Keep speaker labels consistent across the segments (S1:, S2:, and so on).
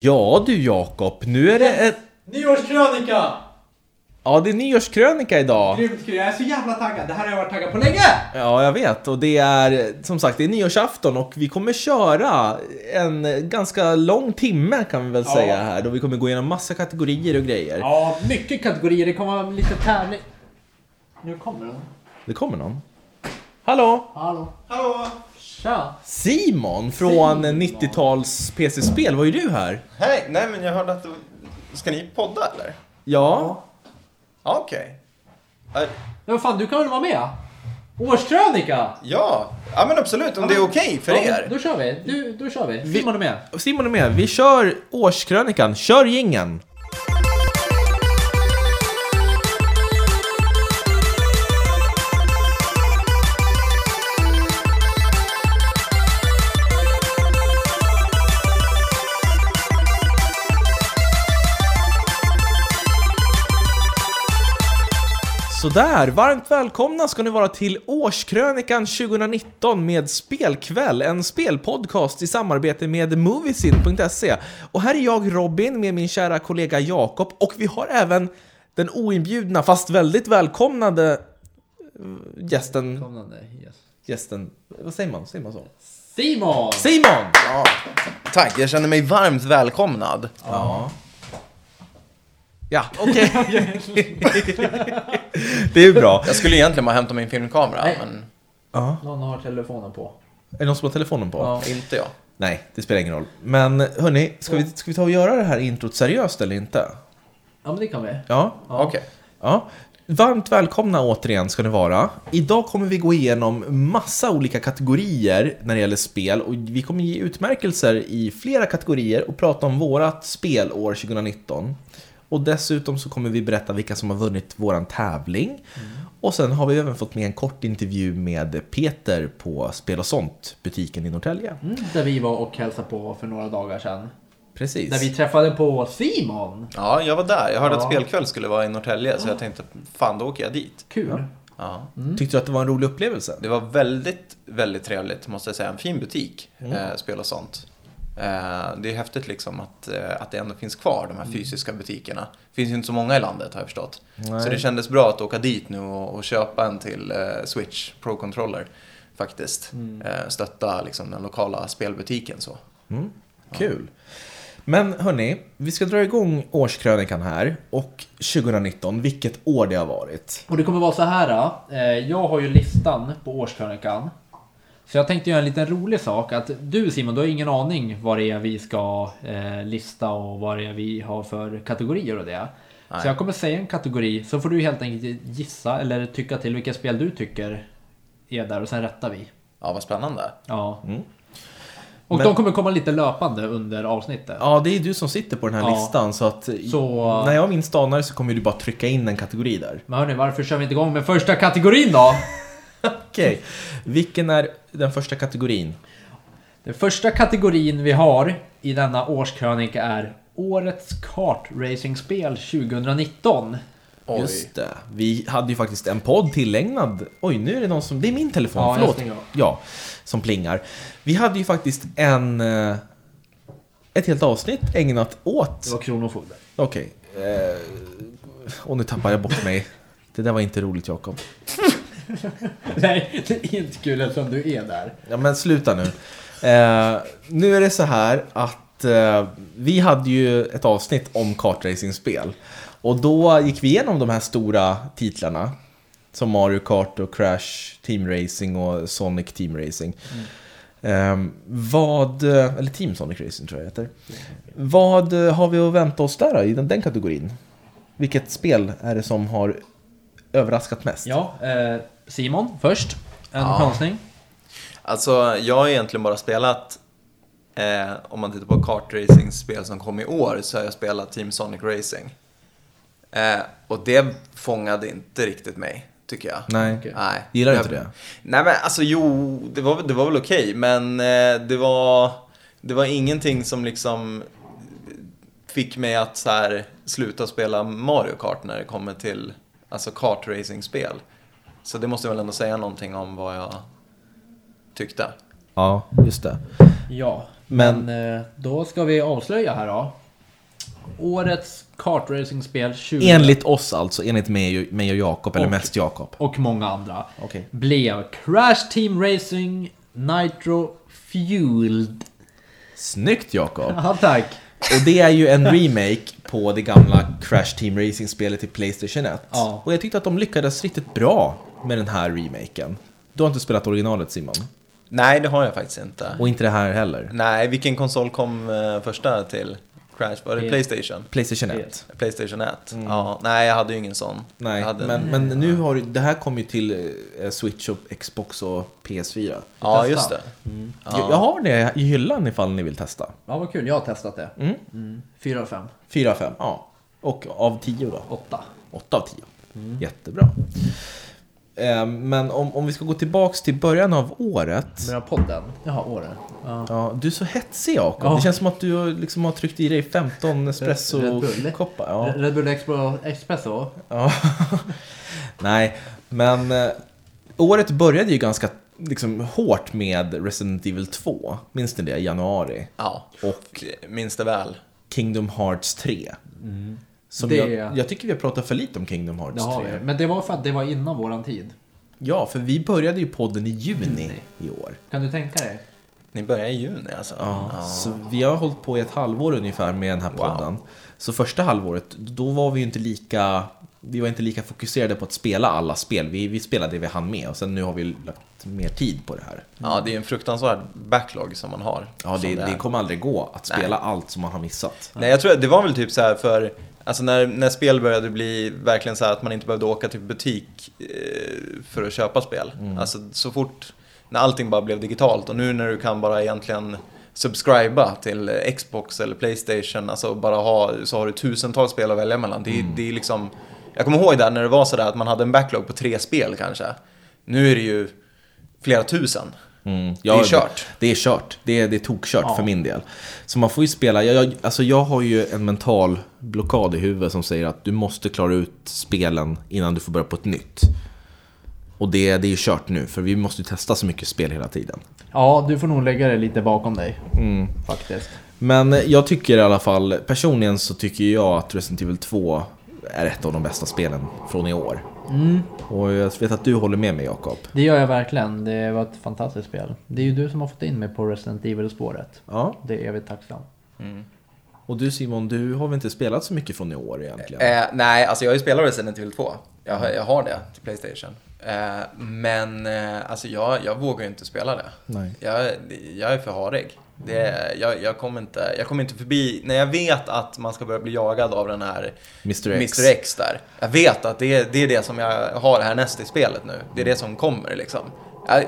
S1: Ja du Jakob, nu är det ett...
S2: Nyårskrönika!
S1: Ja, det är nyårskrönika idag.
S2: Grymt kul, jag är så jävla taggad. Det här har jag varit taggad på länge!
S1: Ja, jag vet. Och det är som sagt, det är nyårsafton och vi kommer köra en ganska lång timme kan vi väl
S2: Ja.
S1: säga här. Då vi kommer gå igenom massa kategorier och grejer.
S2: Ja, mycket kategorier. Det kommer vara lite tävling. Nu kommer den.
S1: Det kommer någon. Hallå!
S2: Hallå.
S3: Hallå!
S2: Tja.
S1: Simon från 90-tals PC-spel, var ju du här?
S3: Hej! Nej men jag hörde att det... Ska ni podda eller?
S1: Ja.
S3: Ja, Okej. Eh,
S2: Ja, vad fan, du kan väl vara med? Årskrönika!
S3: Ja. ja, men absolut om det är okej för
S2: Ja, men
S3: er.
S2: Då kör vi. Du, då kör vi. Simon är med.
S1: Och Simon är med. Vi kör årskrönikan. Kör gingen. Sådär, varmt välkomna ska ni vara till Årskrönikan 2019 med Spelkväll, en spelpodcast i samarbete med Moviesin.se. Och här är jag Robin med min kära kollega Jakob och vi har även den oinbjudna fast väldigt välkomnade eh, gästen,
S2: Kommande, yes.
S1: gästen, vad säger man? Säger man så?
S2: Simon!
S1: Simon!
S3: Ja. Tack, jag känner mig varmt välkomnad.
S1: Ja. Ja, okej. det är ju bra.
S3: Jag skulle egentligen bara hämta min filmkamera,
S2: Nej.
S3: men
S1: Ja.
S2: Någon har telefonen på.
S1: Är det någon som har telefonen på?
S2: Ja.
S3: inte jag.
S1: Nej, det spelar ingen roll. Men hörni, ska vi, ska vi ta och göra det här introt seriöst eller inte?
S2: Ja, men det kan vi. Mm,
S1: Ja.
S2: Ja.
S3: Okej.
S1: ja. Varmt välkomna återigen ska ni vara. Idag kommer vi gå igenom massa olika kategorier när det gäller spel och vi kommer ge utmärkelser i flera kategorier och prata om vårat spelår 2019. Och dessutom så kommer vi berätta vilka som har vunnit våran tävling. Och sen har vi även fått med en kort intervju med Peter på Spel och sånt-butiken i Norrtälje.
S2: Mm, där vi var och hälsade på för några dagar sedan.
S1: Precis.
S2: Där vi träffade på Simon.
S3: Ja, jag var där. Jag hörde
S2: Ja.
S3: att spelkväll skulle vara i Norrtälje, så jag tänkte fan, då åker jag dit.
S2: Kul.
S3: Ja.
S1: Tyckte du att det var en rolig upplevelse?
S3: Det var väldigt, väldigt trevligt, måste jag säga. En fin butik, eh, spel och sånt. Eh, det är häftigt liksom att, eh, att det ändå finns kvar, de här fysiska butikerna. Det finns ju inte så många i landet, har jag förstått. Så det kändes bra att åka dit nu och, och köpa en till eh, Switch Pro-controller, faktiskt. Eh, stötta liksom, den lokala spelbutiken så.
S1: Mm, kul. Men hörni, vi ska dra igång årskrönikan här och 2019, vilket år det har varit.
S2: Och det kommer vara så här. Eh, jag har ju listan på årskrönikan. Så jag tänkte göra en liten rolig sak. Att du Simon, du har ingen aning vad det är vi ska eh, lista och vad det är vi har för kategorier och det.
S3: Nej.
S2: Så jag kommer säga en kategori, så får du helt enkelt gissa eller tycka till vilka spel du tycker är där och sen rättar vi.
S3: Ja, vad spännande.
S2: Ja.
S1: Mm.
S2: Och
S1: Men-
S2: de kommer komma lite löpande under avsnittet.
S1: Ja, det är du som sitter på den här
S2: Ja.
S1: listan så att
S2: Så-
S1: när jag minns danar så kommer du bara trycka in en kategori där.
S2: Men hörni, varför kör vi inte igång med första kategorin då?
S1: Okej, vilken är den första kategorin?
S2: Den första kategorin vi har i denna årskrönika är Årets kartracingspel 2019.
S3: Oj.
S1: Just det. Vi hade ju faktiskt en podd tillägnad. Oj, nu är det någon som... Det är min telefon,
S2: Ja, jag
S1: förlåt.
S2: stänger av.
S1: Ja, som plingar. Vi hade ju faktiskt en... eh, Ett helt avsnitt ägnat åt
S2: Det var Kronofogden.
S1: Okej. Eh, och nu tappar jag bort mig. Det där var inte roligt Jakob.
S2: Nej, det är inte kul eftersom du är där.
S1: Ja men sluta nu. Eh, nu är det så här att eh, vi hade ju ett avsnitt om kartracingspel. Och då gick vi igenom de här stora titlarna. Som Mario Kart och Crash Team Racing och Sonic Team Racing. Eh, vad, eller Team Sonic Racing tror jag det heter. Vad eh, har vi att vänta oss där då, i den, den kategorin? Vilket spel är det som har överraskat mest?
S2: Ja, eh, Simon först. En
S3: Ja.
S2: chansning.
S3: Alltså, jag har egentligen bara spelat, eh, om man tittar på kartracingspel som kom i år, så har jag spelat Team Sonic Racing. Eh, och det fångade inte riktigt mig, tycker jag.
S1: Nej.
S2: Okej.
S3: Nej.
S1: Gillar du
S3: Jag-
S1: inte det?
S3: Nej men alltså jo, det var, det var väl okej, men eh, det var, det var ingenting som liksom fick mig att så här, sluta spela Mario Kart när det kommer till alltså kartracingspel. Så det måste jag väl ändå säga någonting om vad jag tyckte.
S1: Ja, just det.
S2: Ja,
S1: Men-
S2: men, eh, då ska vi avslöja här då. Årets kartracingspel 20
S1: Enligt oss alltså, enligt mig och, mig och Jakob, eller
S2: Mm. Och-
S1: mest Jakob.
S2: och många andra
S1: Okej.
S2: blev Crash Team Racing Nitro Fueled.
S1: Snyggt Jakob!
S2: Ja, tack.
S1: Och det är ju en remake på det gamla Crash Team Racing-spelet till Playstation 1.
S2: Ja.
S1: Och jag tyckte att de lyckades riktigt bra med den här remaken. Du har inte spelat originalet Simon?
S3: Nej, det har jag faktiskt inte.
S1: Och inte det här heller?
S3: Nej, vilken konsol kom eh, första till Crash? Var det
S2: P-
S3: Playstation?
S1: Playstation 1?
S2: Yes.
S3: Playstation 1? Ja, nej, jag hade ju ingen sån.
S1: Mm. Nej,
S3: jag hade
S1: men, men nu har du- det här kommer ju till eh, Switch och Xbox och PS4.
S3: Ja,
S2: Testa.
S3: just det.
S1: Jag, jag har det i hyllan ifall ni vill testa.
S2: Ja, vad kul. Jag har testat det. Mm. 4 av 5.
S1: 4 av 5. Ja. Och av 10 då?
S2: 8.
S1: 8 av 10.
S2: Mm.
S1: Jättebra. Eh, Men om, om vi ska gå tillbaks till början av året.
S2: Menar podden? Jaha, året. Ja.
S1: Ja, du är så hetsig Jakob.
S2: Ja.
S1: Det känns som att du har liksom har tryckt i dig 15
S2: Red Bull.
S1: espresso-koppar. Ja.
S2: Red Bull Expo- Espresso?
S1: Ja. Nej, men eh, året började ju ganska liksom, hårt med Resident Evil 2. Minns ni det? I januari.
S3: Ja,
S1: Och
S3: minns det väl.
S1: Kingdom Hearts 3. Som
S2: Mm. Det-
S1: jag, jag tycker vi har pratat för lite om Kingdom
S2: Det
S1: Hearts
S2: har
S1: 3.
S2: vi. Men det var för att det var innan våran tid.
S1: Ja, för vi började ju podden i juni i år.
S2: Kan du tänka dig?
S3: Ni börjar i juni alltså?
S1: Ja, Så vi har hållit på i ett halvår ungefär med den här podden. Så första halvåret, då var vi ju inte lika, vi var inte lika fokuserade på att spela alla spel. Vi, vi spelade det vi hann med och sen nu har vi lagt mer tid på det här.
S3: Ja, det är en fruktansvärd backlog som man har.
S1: Ja,
S3: Som
S1: det, det
S3: är.
S1: kommer aldrig gå att spela allt som man har missat.
S3: Nej, jag tror att det var väl typ så här för, alltså när, när spel började bli verkligen så här att man inte behövde åka till butik eh, för att köpa spel.
S1: Mm.
S3: Alltså så fort, när allting bara blev digitalt och nu när du kan bara egentligen subscriba till eh, Xbox eller Playstation, alltså bara ha, så har du tusentals spel att välja mellan.
S1: Mm.
S3: Det, det är liksom, jag kommer ihåg där när det var så där att man hade en backlog på tre spel kanske. Nu är det ju flera tusen.
S1: Jag-
S3: Det är kört.
S1: Det är kört. Det är, det är tokkört
S2: Ja.
S1: för min del. Så man får ju spela. Jag, jag, alltså jag har ju en mental blockad i huvudet som säger att du måste klara ut spelen innan du får börja på ett nytt. Och det, det är ju kört nu, för vi måste ju testa så mycket spel hela tiden.
S2: Ja, du får nog lägga det lite bakom dig. Faktiskt.
S1: Men jag tycker i alla fall, personligen så tycker jag att Resident Evil 2 är ett av de bästa spelen från i år.
S3: Mm.
S1: Och jag vet att du håller med mig Jakob.
S2: Det gör jag verkligen. Det var ett fantastiskt spel. Det är ju du som har fått in mig på Resident Evil-spåret.
S1: Ja,
S2: Det är jag evigt tacksam.
S1: och du Simon, du har väl inte spelat så mycket från i år egentligen?
S3: Eh, nej, alltså jag har ju spelat Resident Evil 2. Jag, har- jag har det till Playstation. Eh, men eh, alltså jag, jag vågar ju inte spela det.
S1: Nej.
S3: Jag, jag är för harig. Det, jag, jag, kommer inte, jag kommer inte förbi, när jag vet att man ska börja bli jagad av den här
S1: Mr X.
S3: Mr. X där. Jag vet att det, är- det är det som jag har härnäst i spelet nu. Det är det som kommer liksom. Jag,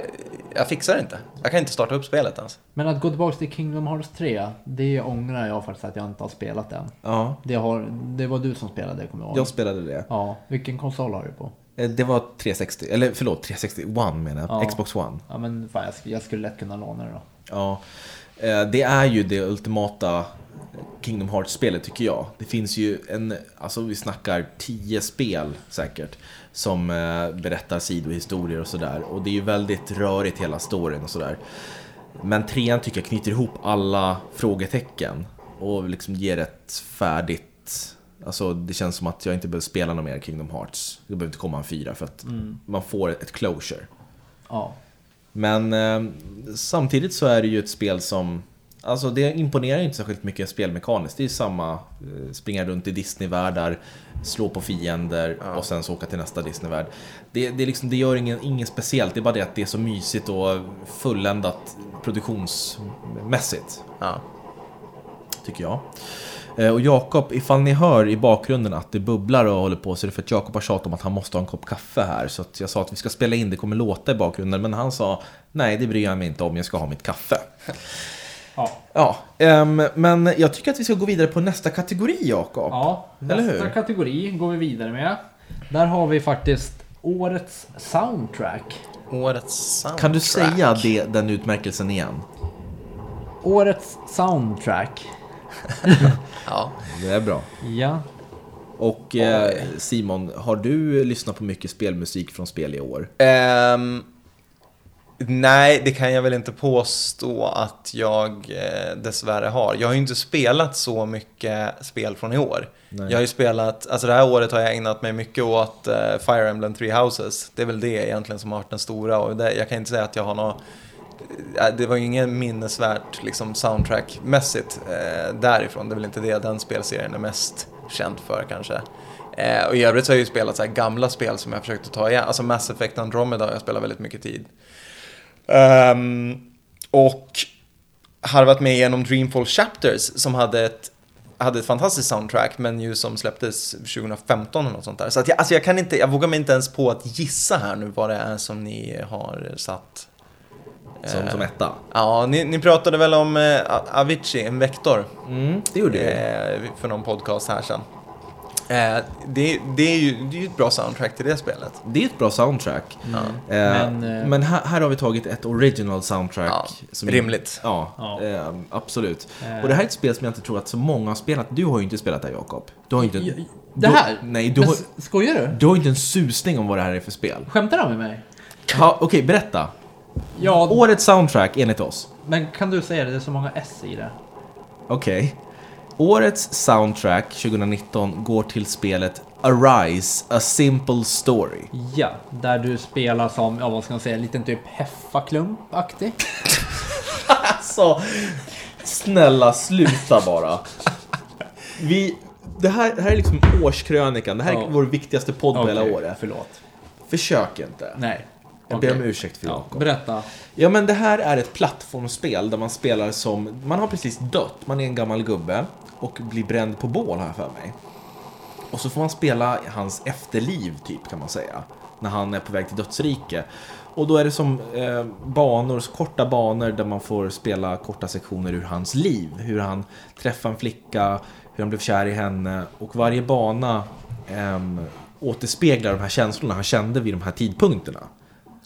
S3: jag fixar det inte. Jag kan inte starta upp spelet ens.
S2: Men att gå tillbaka till Kingdom Hearts 3, det ångrar jag faktiskt att jag inte har spelat än.
S1: Ja,
S2: Det, har, det var du som spelade, kommer jag ihåg.
S1: jag spelade det.
S2: Ja, vilken konsol har du på?
S1: Eh, Det var 360, eller förlåt 360 One menar jag,
S2: Ja.
S1: Xbox One.
S2: Ja men fan, jag, sk- jag skulle lätt kunna låna det då.
S1: Ja, eh, det är ju det ultimata Kingdom Hearts-spelet tycker jag. Det finns ju en, alltså vi snackar tio spel säkert, som eh, berättar sidohistorier och sådär. Och det är ju väldigt rörigt hela storyn och sådär. Men trean tycker jag knyter ihop alla frågetecken och liksom ger ett färdigt Alltså det känns som att jag inte behöver spela någon mer Kingdom Hearts. Det behöver inte komma en fyra för att man får ett closure.
S2: Ja.
S1: Men eh, samtidigt så är det ju ett spel som Alltså det imponerar inte särskilt mycket spelmekaniskt. Det är ju samma, eh, springa runt i Disneyvärldar, slå på fiender och sen så åka till nästa Disneyvärld. Det, det, är liksom, det gör ingen, inget speciellt, det är bara det att det är så mysigt och fulländat produktionsmässigt,
S3: Ja.
S1: tycker jag. Eh, Och Jakob, ifall ni hör i bakgrunden att det bubblar och håller på så är det för att Jakob har tjatat om att han måste ha en kopp kaffe här. Så att jag sa att vi ska spela in, det kommer låta i bakgrunden. Men han sa, nej det bryr jag mig inte om, jag ska ha mitt kaffe.
S2: Ja.
S1: Ja, ehm, men jag tycker att vi ska gå vidare på nästa kategori Jakob.
S2: ja.
S1: Eller
S2: Nästa
S1: hur?
S2: kategori går vi vidare med. Där har vi faktiskt årets soundtrack.
S3: Årets soundtrack.
S1: Kan du säga det, den utmärkelsen igen?
S2: Årets soundtrack.
S3: Ja.
S1: Det är bra.
S2: Ja.
S1: Och eh, Simon, har du lyssnat på mycket spelmusik från spel i år?
S3: Ehm, Nej, det kan jag väl inte påstå att jag eh, dessvärre har. Jag har ju inte spelat så mycket spel från i år.
S1: Nej.
S3: Jag har ju spelat, alltså det här året har jag ägnat mig mycket åt eh, Fire Emblem Three Houses. Det är väl det egentligen som har varit den stora och det, jag kan inte säga att jag har något eh, det var ju ingen minnesvärt liksom, soundtrackmässigt eh, därifrån. Det är väl inte det den spelserien är mest känd för kanske. Eh, och i övrigt så har jag ju spelat så här gamla spel som jag försökte ta igen. Alltså Mass Effect Andromeda har jag spelat väldigt mycket tid. Ehm, och harvat mig igenom Dreamfall Chapters som hade ett, hade ett fantastiskt soundtrack men ju som släpptes 2015 eller något sånt där. Så att jag, alltså jag, kan inte, jag vågar mig inte ens på att gissa här nu vad det är som ni har satt.
S1: Som,
S3: Eh,
S1: som etta.
S3: Ja, ni, ni pratade väl om eh, A- Avicii, en vektor,
S1: Mm, det gjorde jag.
S3: eh, för någon podcast här sen. Eh, det, det, är ju, det är ju ett bra soundtrack till det spelet.
S1: Det är ett bra soundtrack.
S3: Ja.
S1: Eh,
S2: Men, eh,
S1: men här, här har vi tagit ett original soundtrack.
S3: Ja,
S1: är-
S3: rimligt.
S1: Ja,
S2: Ja.
S1: Eh, absolut.
S2: Eh.
S1: Och det här är ett spel som jag inte tror att så många har spelat. Du har ju inte spelat det här Jakob. Du har ju inte...
S2: J- Det här?
S1: Du, nej, du
S2: Men
S1: har,
S2: s- skojar du?
S1: du har ju inte en susning om vad det här är för spel.
S2: Skämtar han med mig?
S1: Ja, Okej, berätta.
S2: Ja,
S1: Årets soundtrack enligt oss.
S2: men kan du säga det? Det är så många S i det.
S1: Okej. Årets soundtrack 2019 går till spelet Arise, A Simple Story.
S2: Ja, där du spelar som, ja vad ska man säga, en liten typ heffaklump-aktig.
S1: Alltså, snälla sluta bara. Vi, det, här, det här är liksom årskrönikan, det här är
S2: Ja.
S1: vår viktigaste podd på hela
S2: Okej,
S1: året.
S2: Förlåt.
S1: Försök inte.
S2: Nej.
S1: Jag
S2: Okej.
S1: ber om ursäkt för
S2: Ja,
S1: Jakob. Ja,
S2: berätta.
S1: men det här är ett plattformsspel där man spelar som, man har precis dött, man är en gammal gubbe och blir bränd på bål här för mig. Och så får man spela hans efterliv typ kan man säga. När han är på väg till dödsrike. Och då är det som eh, banor, så korta banor där man får spela korta sektioner ur hans liv. Hur han träffade en flicka, hur han blev kär i henne. Och varje bana ehm, återspeglar de här känslorna han kände vid de här tidpunkterna.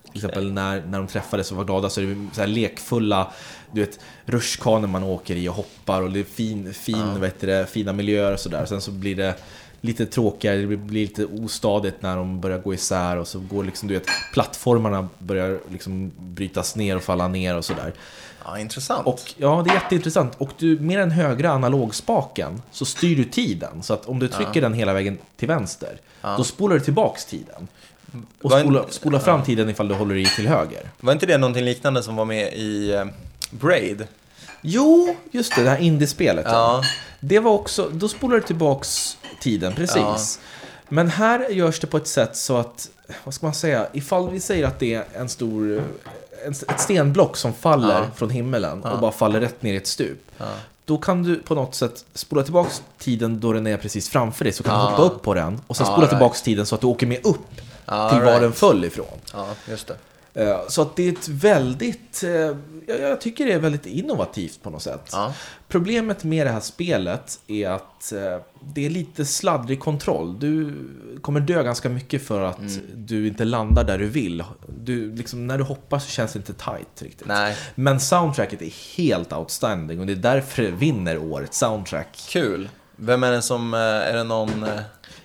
S1: Till exempel när, när de träffades och var glada så är det så här lekfulla du vet, rutschkanor man åker i och hoppar och det är fin, fin, vad heter det, fina miljöer och sådär. Sen så blir det lite tråkigare, det blir lite ostadigt när de börjar gå isär och så går liksom, du vet, plattformarna börjar liksom brytas ner och falla ner och sådär.
S3: Ja, intressant.
S1: Och ja, det är jätteintressant. Och du, med den högra analogspaken så styr du tiden. Så att om du trycker den hela vägen till vänster, då spolar du tillbaks tiden. Och
S3: Vad en-
S1: spolar, spolar fram tiden ifall du håller i till höger.
S3: Var inte det någonting liknande som var med i eh, Braid?
S1: Jo, just det, det här indiespelet.
S3: Ja.
S1: Det var också, då spolar du tillbaks tiden, precis. Men här görs det på ett sätt så att, vad ska man säga, ifall vi säger att det är en stor, en, ett stenblock som faller
S3: Ja.
S1: från himmelen och bara faller rätt ner i ett stup. Då kan du på något sätt spola tillbaks tiden då den är precis framför dig, så kan du
S3: Ja.
S1: hoppa upp på den och sen
S3: Ja,
S1: spola
S3: right.
S1: tillbaks tiden så att du åker med upp
S3: Ja,
S1: till var
S3: right.
S1: den föll ifrån.
S3: Ja, just det.
S1: Eh, Så att det är ett väldigt, eh, jag, jag tycker det är väldigt innovativt på något sätt.
S3: Ja.
S1: Problemet med det här spelet är att eh, det är lite sladdrig kontroll. Du kommer dö ganska mycket för att
S3: Mm.
S1: du inte landar där du vill. Du, liksom, när du hoppar så känns det inte tight riktigt.
S3: Nej,
S1: Men soundtracket är helt outstanding och det är därför det vinner årets soundtrack.
S3: kul. Vem är det som, eh, är det någon... eh,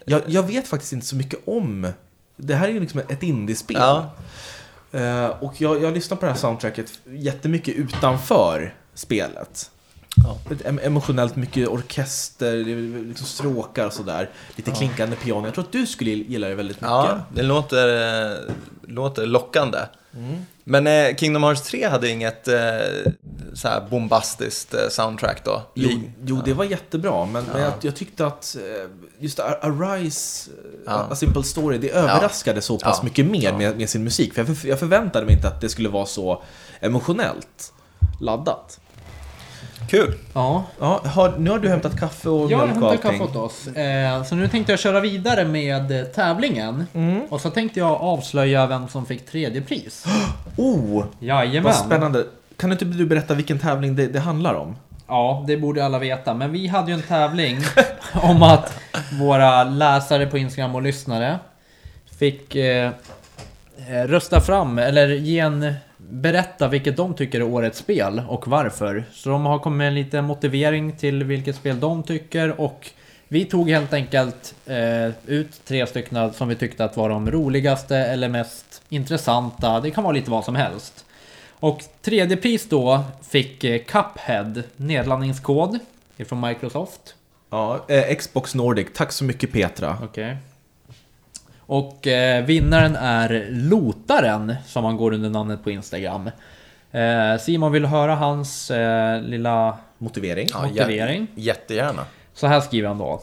S1: Jag, jag vet faktiskt inte så mycket om. Det här är ju liksom ett indiespel.
S3: Ja.
S1: Eh, och jag, jag lyssnar på det här soundtracket jättemycket utanför spelet.
S3: Ja.
S1: Ett em- Emotionellt mycket orkester, det är liksom stråkar och sådär. Lite klinkande piano. Jag tror att du skulle gilla det väldigt mycket.
S3: Ja, det låter, eh, låter lockande.
S1: Mm.
S3: Men eh, Kingdom Hearts 3 hade inget eh, så här bombastiskt eh, soundtrack då?
S1: Jo,
S3: Lig-
S1: jo, det var jättebra, men, men jag, jag tyckte att eh, just A- Arise, eh,
S3: Ja.
S1: A Simple Story, det överraskade så pass
S3: Ja.
S1: mycket mer med, med sin musik. För jag, för jag förväntade mig inte att det skulle vara så emotionellt laddat.
S3: Kul!
S2: Ja.
S1: Ja, har, nu har du hämtat kaffe och
S2: Jag har
S1: mjölk och
S2: hämtat
S1: allting.
S2: kaffe åt oss. Eh, så nu tänkte jag köra vidare med eh, tävlingen.
S1: Mm.
S2: Och så tänkte jag avslöja vem som fick tredje pris.
S1: Oh,
S2: Jajamän.
S1: vad spännande. Kan inte du berätta vilken tävling det, det handlar om?
S2: Ja, det borde alla veta. Men vi hade ju en tävling om att våra läsare på Instagram och lyssnare fick eh, eh, rösta fram, eller ge en, berätta vilket de tycker är årets spel och varför. Så de har kommit med en liten motivering till vilket spel de tycker och vi tog helt enkelt eh, ut tre stycken som vi tyckte att var de roligaste eller mest intressanta. Det kan vara lite vad som helst. Och tredje pris då fick eh, Cuphead nedladdningskod ifrån Microsoft.
S1: Ja, eh, Xbox Nordic, tack så mycket Petra.
S2: Okej. Och eh, vinnaren är Lotaren som han går under namnet på Instagram. Eh, Simon vill höra hans eh, lilla
S1: Motivering.
S3: Ja, jä-
S2: Motivering.
S3: Jättegärna.
S2: Så här skriver han då.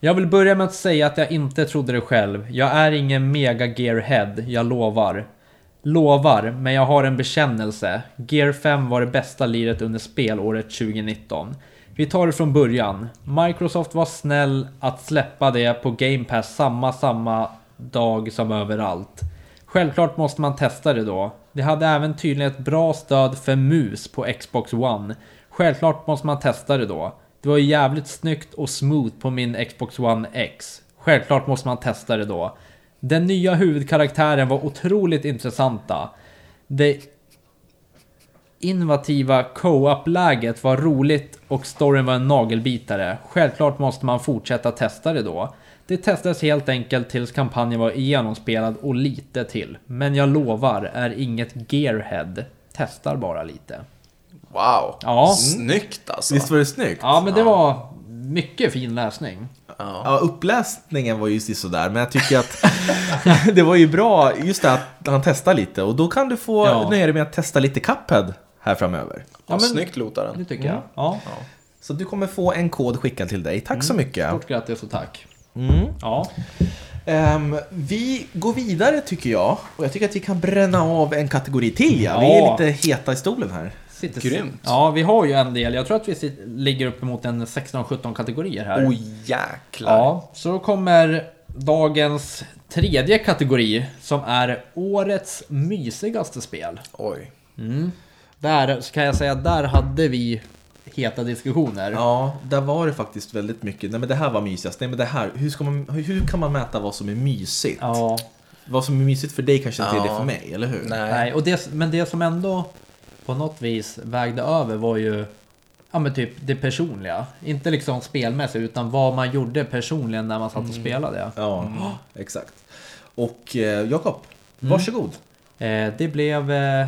S2: Jag vill börja med att säga att jag inte trodde det själv. Jag är ingen mega gearhead, jag lovar. Lovar, men jag har en bekännelse. Gear 5 var det bästa liret under spelåret 2019. Vi tar det från början. Microsoft var snäll att släppa det på Game Pass samma, samma dag som överallt. Självklart måste man testa det då. Det hade även tydligen ett bra stöd för mus på Xbox One. Självklart måste man testa det då. Det var ju jävligt snyggt och smooth på min Xbox One X. Självklart måste man testa det då. Den nya huvudkaraktären var otroligt intressanta. Det innovativa co-op-läget var roligt och storyn var en nagelbitare. Självklart måste man fortsätta testa det då. Det testades helt enkelt tills kampanjen var genomspelad och lite till. Men jag lovar, är inget gearhead. Testar bara lite.
S3: Wow!
S2: Ja.
S3: Snyggt alltså!
S1: Visst var det snyggt?
S2: Ja, men det var mycket fin läsning.
S3: Ja.
S1: Ja, uppläsningen var ju sådär, men jag tycker att det var ju bra just det att han testar lite. Och då kan du få
S2: Ja.
S1: nöja dig med att testa lite Cuphead här framöver.
S3: Ja,
S2: men-
S3: Snyggt Mm. Lotaren.
S2: Det tycker jag. Ja.
S1: Så du kommer få en kod skickad till dig. Tack så mycket.
S2: Mm. Stort grattis och tack.
S1: Mm.
S2: Ja.
S1: Ehm, vi går vidare tycker jag. Och jag tycker att vi kan bränna av en kategori till. Ja. Vi är
S2: Ja.
S1: lite heta i stolen här.
S2: Sitter...
S3: Grymt.
S2: Ja, vi har ju en del. Jag tror att vi sit- ligger uppemot en 16-17 kategorier här.
S3: Oj jäklar!
S2: ja, så då kommer dagens tredje kategori som är årets mysigaste spel.
S3: Oj.
S2: Där så kan jag säga där hade vi heta diskussioner.
S1: Ja, där var det faktiskt väldigt mycket. Nej men det här var mysigast. Nej men det här. Hur, ska man, hur- hur kan man mäta vad som är mysigt?
S2: Ja,
S1: Vad som är mysigt för dig kanske inte är det
S3: Ja.
S1: för mig, eller hur?
S3: Nej.
S2: nej. Och det, men det som ändå på något vis vägde över var ju ja, men typ det personliga. Inte liksom spelmässigt utan vad man gjorde personligen när man satt och spelade.
S1: Ja, exakt. Och eh, Jakob,
S2: Mm.
S1: varsågod.
S2: Eh, det blev... Eh,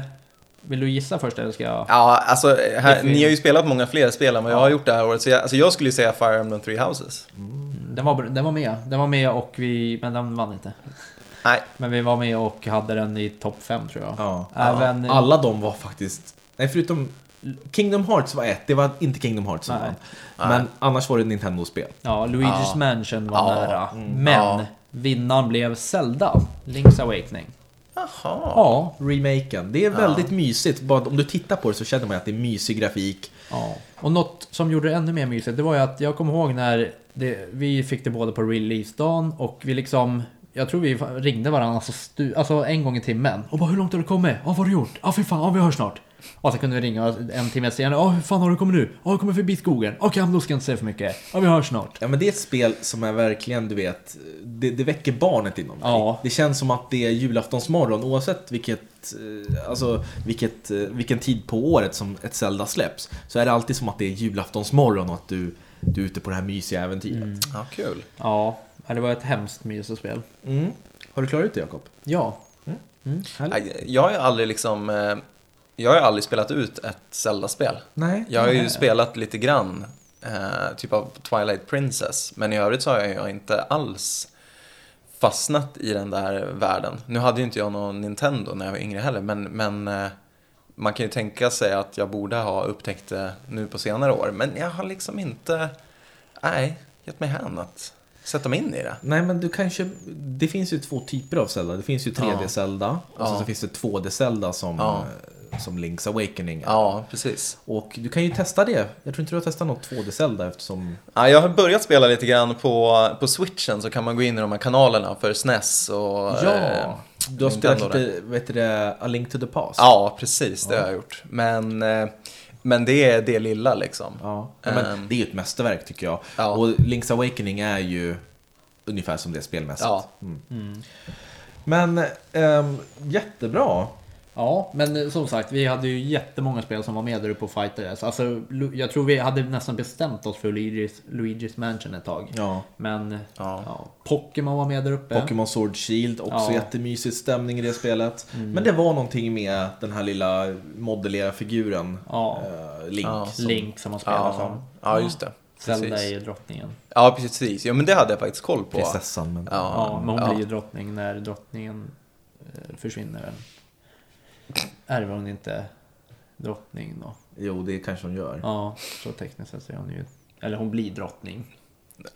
S2: vill du gissa först eller ska jag?
S3: Ja, alltså här,
S2: Det är
S3: ni har ju spelat många fler spel än vad jag har gjort det här året. Så jag, alltså, jag skulle ju säga Fire Emblem Three Houses.
S2: Den var, den var med. Den var med och vi... Men den vann inte.
S3: Nej,
S2: Men vi var med och hade den i topp 5 tror jag.
S1: Ja.
S2: Även...
S1: Alla de var faktiskt, nej förutom Kingdom Hearts var ett, det var inte Kingdom Hearts som
S2: Nej.
S1: vann. Men annars var det Nintendo-spel.
S2: Ja, Luigi's
S3: Ja.
S2: Mansion var
S3: Ja.
S2: nära.
S3: Mm.
S2: Men
S3: Ja.
S2: vinnaren blev Zelda. Link's Awakening.
S3: jaha.
S2: Ja.
S1: Remaken, det är väldigt mysigt. Bara om du tittar på det så känner man att det är mysig grafik.
S2: ja. Och något som gjorde det ännu mer mysigt, det var ju att jag kommer ihåg när det, vi fick det både på releasedagen och vi liksom... Jag tror vi ringde varandra alltså, stu, alltså en gång i timmen och bara hur långt har du kommit? Ja, vad har du gjort? Ja, fy fan, ja, vi hörs snart. Och så kunde vi ringa en timme senare. Ja, hur fan har du kommit nu? Ja, jag kommer förbi skogen. Okej, men då ska jag inte säga för mycket. Ja, vi hörs snart.
S1: Ja men det är ett spel som är verkligen, du vet, det, det väcker barnet inom dig.
S2: Ja.
S1: Det känns som att det är julaftonsmorgon oavsett vilket, eh, alltså, vilket, eh, vilken tid på året som ett Zelda släpps. Så är det alltid som att det är julaftonsmorgon och att du, du är ute på det här mysiga äventyret.
S3: Ja, kul.
S2: Ja, det var ett hemskt mysigt spel.
S1: Mm. Har du klarat ut det Jakob?
S2: Ja.
S3: Nej, Jag har ju aldrig liksom... eh, Jag har ju aldrig spelat ut ett Zelda-spel.
S1: Nej.
S3: Jag har ju spelat lite grann, eh, typ av Twilight Princess. Men i övrigt så har jag ju inte alls fastnat i den där världen. Nu hade ju inte jag någon Nintendo när jag var yngre heller, men, men eh, man kan ju tänka sig att jag borde ha upptäckt det nu på senare år. Men jag har liksom inte, nej, gett mig hän att sätta mig in i det.
S1: Nej men du kanske, det finns ju två typer av Zelda. Det finns ju 3D-Zelda och sen
S3: Ja.
S1: så finns det 2D-Zelda som,
S3: Ja.
S1: eh, som Link's Awakening.
S3: Ja, precis.
S1: Och du kan ju testa det. Jag tror inte du har testat något 2D-Zelda eftersom...
S3: Ja, jag har börjat spela lite grann på, på switchen så kan man gå in i de här kanalerna för SNES och... eh,
S1: Du har spelat
S3: Nintendo
S1: lite, vad heter det, A Link to the Past?
S2: alltså.
S3: Ja, precis. Det har jag gjort. Men, eh, men det är det lilla liksom.
S1: Ja. Nej, men
S3: Ehm.
S1: det är ju ett mästerverk tycker jag.
S3: Ja.
S1: Och Link's Awakening är ju ungefär Mm.
S2: Mm.
S1: som det spelmässigt.
S3: Ja.
S1: Mm. Men ehm, jättebra.
S2: Ja, men eh, som sagt, vi hade ju jättemånga spel som var med där uppe och fightades. Alltså, Lu- jag tror vi hade nästan bestämt oss för Luigi's, Luigi's Mansion ett tag.
S1: Ja.
S2: Men
S3: Ja.
S2: ja, Pokémon var med där uppe.
S1: Pokémon Sword Shield, också
S2: Ja. Mm.
S1: jättemysig stämning i det spelet. Men det var någonting med den här lilla modelliga figuren
S2: Ja.
S1: eh, Link.
S3: Ja.
S1: som-
S2: Link som man spelar
S3: Ja,
S2: som.
S3: ja, just det.
S2: Zelda är
S3: Precis.
S2: ju drottningen.
S3: Ja, precis. Ja, men det hade jag faktiskt koll på.
S1: Prinsessan. Men...
S3: Ja,
S2: Ja, men hon
S3: ja.
S2: blir ju drottning när drottningen eh, försvinner. väl. Ärver hon inte drottning då?
S1: Jo, det kanske hon gör.
S2: Ja, så tekniskt sett så är hon ju... Eller hon blir drottning.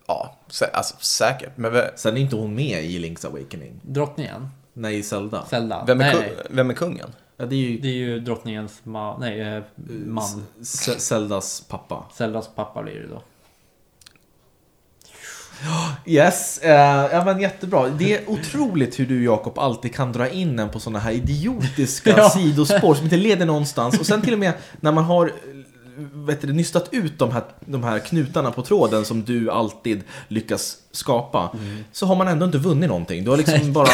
S3: Ja, sä- alltså säkert. Men ve-
S1: Sen är inte hon med i Link's Awakening.
S2: Drottningen?
S1: Nej, i Zelda.
S2: Zelda?
S3: vem är,
S2: nej,
S3: kung, vem är kungen?
S1: Ja, det är ju
S2: Det är ju drottningens ma- nej, eh, man.
S1: Z- Zeldas pappa.
S2: Zeldas pappa blir det då.
S1: Yes, eh, ja, men jättebra. Det är otroligt hur du Jakob alltid kan dra in en på sådana här idiotiska
S2: Ja.
S1: sidospår som inte leder någonstans. Och sen till och med när man har eh, vet du, nystat ut de här, de här knutarna på tråden som du alltid lyckas skapa.
S2: Mm.
S1: Så har man ändå inte vunnit någonting. Du har liksom bara...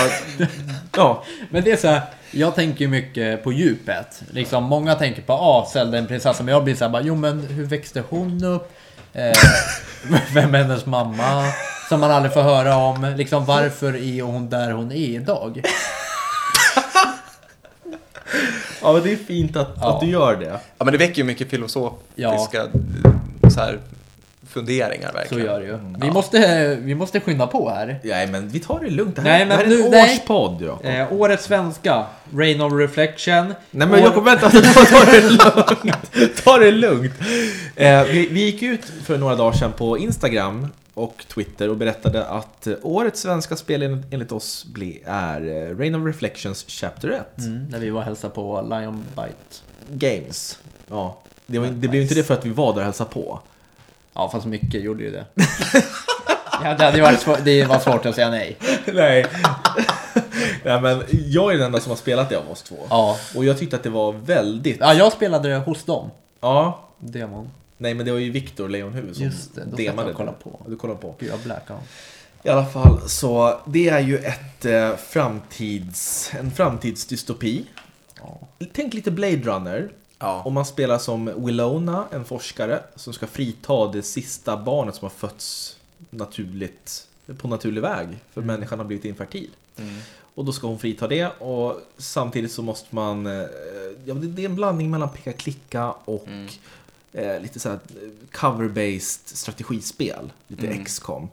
S1: Ja,
S2: Men det är så här, jag tänker ju mycket på djupet. Liksom, många tänker på ah, Zelda är en prinsessa, men jag blir så här, bara, jo men hur växte hon upp? Eh, vem är hennes mamma? Som man aldrig får höra om. Liksom, varför är hon där hon är idag?
S1: ja men det är fint att,
S2: Ja.
S1: att du gör det.
S3: Ja, men det väcker ju mycket filosofiska så här, funderingar
S2: Så
S3: verkligen.
S2: gör det ju. Vi måste, vi måste skynda på här.
S1: Nej men vi tar det lugnt. Det här,
S2: Nej, men
S1: det här är
S2: nu-
S1: en
S2: nej.
S1: årspodd Jakob.
S2: Eh, årets svenska, Rain of Reflection.
S1: Nej men
S2: År-
S1: Jakob vänta, ta, ta det lugnt! Ta det lugnt! Eh, vi, vi gick ut för några dagar sedan på Instagram och Twitter och berättade att eh, årets svenska spel en- enligt oss ble, är eh, Rain of Reflections Chapter 1
S2: Mm, när vi var och hälsade på Lion Bite.
S1: Games. Ja, det, var, det blev inte det för att vi var där och hälsade på.
S2: Ja, fast mycket gjorde ju det. ja, det, hade ju varit svår, det var svårt att säga nej.
S1: Nej. Nej men jag är den enda som har spelat det av oss två.
S2: Ja.
S1: Och jag tyckte att det var väldigt...
S2: ja, jag spelade det hos dem.
S1: Ja.
S2: Demon.
S1: Nej men det var ju Viktor Lejonhufvud som
S2: Just det, då satt jag och kollade på.
S1: Du kollade på.
S2: Gud, jag blackade.
S1: I alla fall så det är ju ett eh, framtids, en framtidsdystopi.
S2: Ja.
S1: Tänk lite Blade Runner.
S3: Ja.
S1: Om man spelar som Willona, en forskare som ska frita det sista barnet som har fötts naturligt, på naturlig väg. För människan har blivit infertil. Och då ska hon frita det och samtidigt så måste man... eh, Ja, det det är en blandning mellan peka klicka och eh, lite så här eh, cover-based strategispel. Lite mm. XCOM.